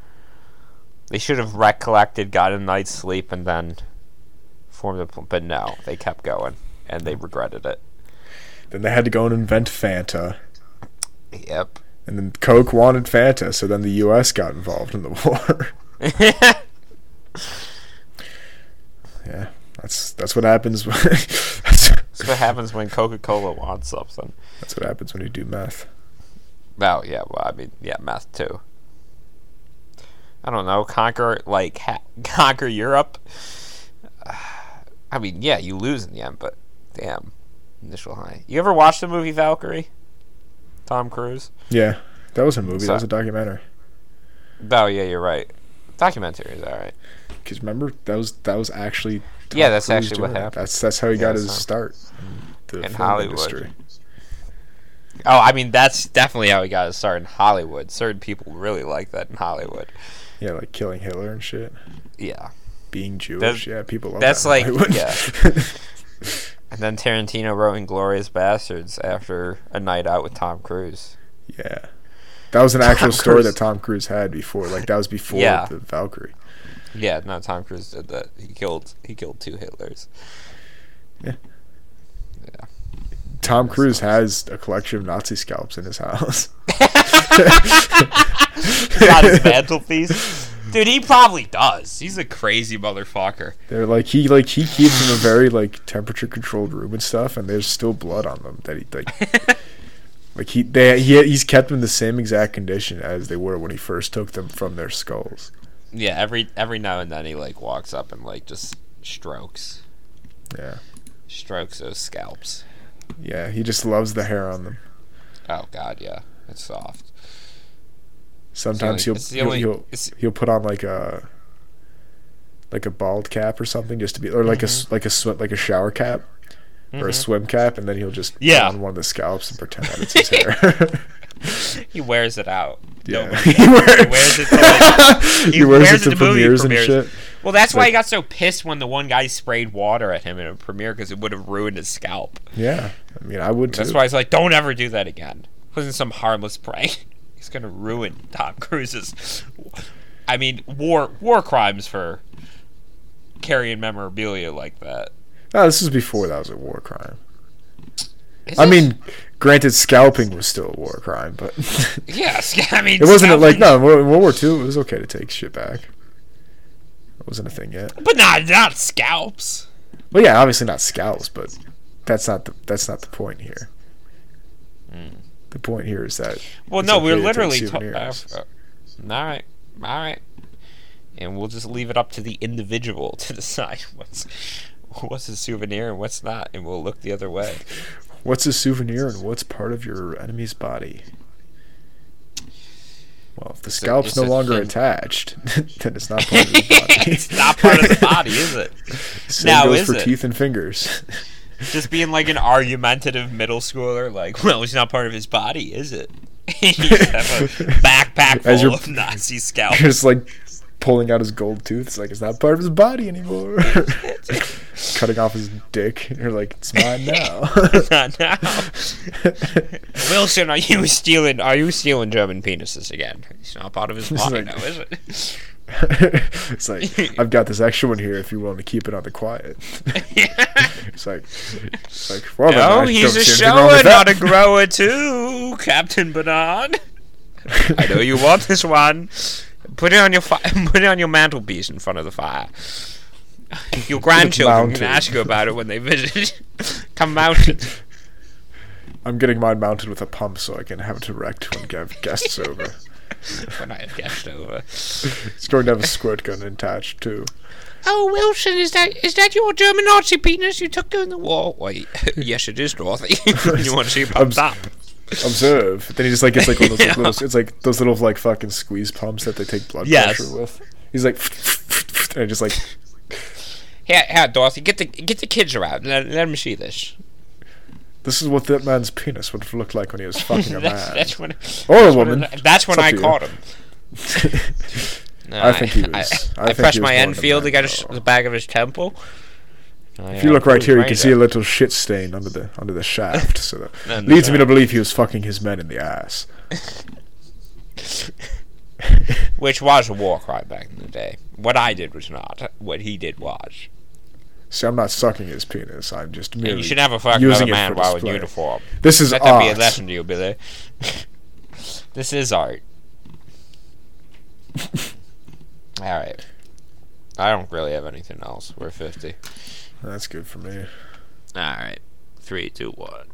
[SPEAKER 1] They should have recollected, got a night's sleep, and then formed a. pl- But no, they kept going, and they regretted it.
[SPEAKER 2] Then they had to go and invent Fanta.
[SPEAKER 1] Yep.
[SPEAKER 2] And then Coke wanted Fanta, so then the U.S. got involved in the war. yeah, that's that's what happens. When, that's,
[SPEAKER 1] That's what happens when Coca Cola wants something.
[SPEAKER 2] that's what happens when you do meth.
[SPEAKER 1] Oh yeah, well I mean yeah, math too. I don't know, conquer like ha- conquer Europe. I mean yeah, you lose in the end, but damn, initial high. You ever watch the movie Valkyrie? Tom Cruise.
[SPEAKER 2] Yeah, that was a movie.
[SPEAKER 1] So-
[SPEAKER 2] that was a documentary.
[SPEAKER 1] Oh yeah, you're right. Documentary is all right.
[SPEAKER 2] Because remember, that was that was actually. Tom
[SPEAKER 1] Yeah, that's
[SPEAKER 2] Cruise
[SPEAKER 1] actually what
[SPEAKER 2] doing it.
[SPEAKER 1] happened.
[SPEAKER 2] That's that's how he got
[SPEAKER 1] that's
[SPEAKER 2] his
[SPEAKER 1] how-
[SPEAKER 2] start. in The
[SPEAKER 1] In
[SPEAKER 2] film
[SPEAKER 1] Hollywood.
[SPEAKER 2] industry.
[SPEAKER 1] Oh, I mean that's definitely how he got his start in Hollywood. Certain people really like that in Hollywood.
[SPEAKER 2] Yeah, like killing Hitler and shit.
[SPEAKER 1] Yeah.
[SPEAKER 2] Being Jewish, yeah, people love
[SPEAKER 1] that's
[SPEAKER 2] that in
[SPEAKER 1] like-
[SPEAKER 2] Hollywood.
[SPEAKER 1] yeah. And then Tarantino wrote Inglorious Bastards after a night out with Tom Cruise.
[SPEAKER 2] Yeah. That was an actual story
[SPEAKER 1] Cruise.
[SPEAKER 2] that Tom Cruise had before. Like that was before
[SPEAKER 1] Yeah.
[SPEAKER 2] the Valkyrie.
[SPEAKER 1] Yeah, no, Tom Cruise did that. He killed he killed two Hitlers.
[SPEAKER 2] Tom Cruise has a collection of Nazi scalps in his house.
[SPEAKER 1] On his mantelpiece. Dude, he probably does. He's a crazy motherfucker.
[SPEAKER 2] They're like he like he keeps in a very like temperature controlled room and stuff, and there's still blood on them that he like like he they he he's kept them in the same exact condition as they were when he first took them from their skulls.
[SPEAKER 1] Yeah, every every now and then he like walks up and like just strokes
[SPEAKER 2] Yeah,
[SPEAKER 1] strokes those scalps.
[SPEAKER 2] yeah, he just loves the hair on them.
[SPEAKER 1] Oh god, yeah. It's soft.
[SPEAKER 2] Sometimes he'll
[SPEAKER 1] it's the
[SPEAKER 2] he'll,
[SPEAKER 1] only-
[SPEAKER 2] he'll
[SPEAKER 1] it's-
[SPEAKER 2] he'll put on like a like a bald cap or something just to be or like a
[SPEAKER 1] Mm-hmm.
[SPEAKER 2] s- like a sw- like a shower cap or a swim cap, and then he'll just put
[SPEAKER 1] Yeah.
[SPEAKER 2] on one of the scalps and pretend that it's his hair.
[SPEAKER 1] He wears it out. Don't
[SPEAKER 2] yeah,
[SPEAKER 1] worry.
[SPEAKER 2] he wears,
[SPEAKER 1] wears it to, like-
[SPEAKER 2] he
[SPEAKER 1] he
[SPEAKER 2] wears
[SPEAKER 1] wears
[SPEAKER 2] it to
[SPEAKER 1] it to movie
[SPEAKER 2] premieres and
[SPEAKER 1] premieres.
[SPEAKER 2] shit.
[SPEAKER 1] Well, that's why
[SPEAKER 2] like-
[SPEAKER 1] he got so pissed when the one guy sprayed water at him in a premiere because it would have ruined his scalp.
[SPEAKER 2] Yeah, I mean, I would too.
[SPEAKER 1] That's why he's like, don't ever do that again. wasn't some harmless prank. He's gonna ruin Tom Cruise's. I mean, war war crimes for carrying memorabilia like that.
[SPEAKER 2] No, Ah, this was before that was a war crime.
[SPEAKER 1] Is
[SPEAKER 2] I
[SPEAKER 1] it?
[SPEAKER 2] mean, granted, scalping was still a war crime, but it
[SPEAKER 1] yes. I mean,
[SPEAKER 2] wasn't
[SPEAKER 1] scalping-
[SPEAKER 2] like no in World World War II. It was okay to take shit back. It wasn't a thing yet.
[SPEAKER 1] but not not scalps.
[SPEAKER 2] Well, yeah, obviously not scalps, but that's not the that's not the point here.
[SPEAKER 1] Mm.
[SPEAKER 2] The point here is that
[SPEAKER 1] Well,
[SPEAKER 2] It's
[SPEAKER 1] no,
[SPEAKER 2] okay
[SPEAKER 1] we're
[SPEAKER 2] to take
[SPEAKER 1] literally. Ta- uh,
[SPEAKER 2] souvenirs.
[SPEAKER 1] uh, all right, all right, and we'll just leave it up to the individual to decide what's what's a souvenir and what's not, and we'll look the other way.
[SPEAKER 2] what's a souvenir and what's part of your enemy's body. Well, if the scalp's
[SPEAKER 1] it's
[SPEAKER 2] no
[SPEAKER 1] a
[SPEAKER 2] longer
[SPEAKER 1] thin-
[SPEAKER 2] attached, then it's not part of the body.
[SPEAKER 1] it's not part of the body, is it?
[SPEAKER 2] Same
[SPEAKER 1] now,
[SPEAKER 2] goes
[SPEAKER 1] is
[SPEAKER 2] for
[SPEAKER 1] it?
[SPEAKER 2] teeth and fingers.
[SPEAKER 1] Just being like an argumentative middle schooler, like, well, it's not part of his body, is it? you just have a backpack
[SPEAKER 2] As
[SPEAKER 1] full
[SPEAKER 2] your-
[SPEAKER 1] of Nazi scalps.
[SPEAKER 2] Just like pulling out his gold tooth. It's like it's not part of his body anymore. Cutting off his dick. You're like, it's mine now.
[SPEAKER 1] Not now. Wilson, are you stealing? Are you stealing German penises again? It's not part of his body
[SPEAKER 2] like-
[SPEAKER 1] now, is it?
[SPEAKER 2] it's like I've got this extra one here if you're willing to keep it on the quiet. it's like, it's like well, then
[SPEAKER 1] No,
[SPEAKER 2] I
[SPEAKER 1] Oh, he's
[SPEAKER 2] "Oh, don't
[SPEAKER 1] a
[SPEAKER 2] see anything wrong with
[SPEAKER 1] shower, not a
[SPEAKER 2] that.
[SPEAKER 1] grower too, Captain Banan. I know you want this one. Put it on your fi- put it on your mantelpiece in front of the fire. Your grandchildren
[SPEAKER 2] mounted.
[SPEAKER 1] can ask you about it when they visit. Come mounted.
[SPEAKER 2] I'm getting mine mounted with a pump so I can have it erect when Gav guests over.
[SPEAKER 1] when I have guessed over.
[SPEAKER 2] It's going to have a squirt gun attached too.
[SPEAKER 1] Oh, Wilson, is that is that your German Nazi penis you took during the war? Wait, yes, it is, Dorothy. you want to see
[SPEAKER 2] I'm
[SPEAKER 1] pumped
[SPEAKER 2] s-
[SPEAKER 1] up?
[SPEAKER 2] Observe. Then he just like gets like one of those like, little, it's like those little like fucking squeeze pumps that they take blood
[SPEAKER 1] Yes.
[SPEAKER 2] pressure with. He's like, and just like
[SPEAKER 1] Here, here, Dorothy, get the get the kids around. Let, let them see this.
[SPEAKER 2] this is what that man's penis would have looked like when he was fucking a
[SPEAKER 1] That's,
[SPEAKER 2] man
[SPEAKER 1] that's when.
[SPEAKER 2] or a
[SPEAKER 1] that's when-
[SPEAKER 2] woman.
[SPEAKER 1] That's when
[SPEAKER 2] It's up
[SPEAKER 1] I
[SPEAKER 2] to you.
[SPEAKER 1] caught him. No,
[SPEAKER 2] I think he was-
[SPEAKER 1] I,
[SPEAKER 2] I
[SPEAKER 1] I pressed
[SPEAKER 2] think he was
[SPEAKER 1] my
[SPEAKER 2] born a
[SPEAKER 1] Enfield
[SPEAKER 2] man,
[SPEAKER 1] against
[SPEAKER 2] though.
[SPEAKER 1] the back of his temple.
[SPEAKER 2] If you look right here, you can see a little shit stain under the under the shaft. So that
[SPEAKER 1] And uh, the
[SPEAKER 2] leads me to believe he was fucking his men in the ass.
[SPEAKER 1] which was a war cry back in the day. What I did was not. What he did was.
[SPEAKER 2] See, I'm not sucking his penis. I'm just merely.
[SPEAKER 1] And you should never fuck another
[SPEAKER 2] using it
[SPEAKER 1] man
[SPEAKER 2] for
[SPEAKER 1] while in
[SPEAKER 2] display.
[SPEAKER 1] uniform.
[SPEAKER 2] This is
[SPEAKER 1] Let that
[SPEAKER 2] art.
[SPEAKER 1] be a lesson to you, Billy. this is art. All right. I don't really have anything else. We're fifty.
[SPEAKER 2] That's good for me.
[SPEAKER 1] All right. Three, two, one.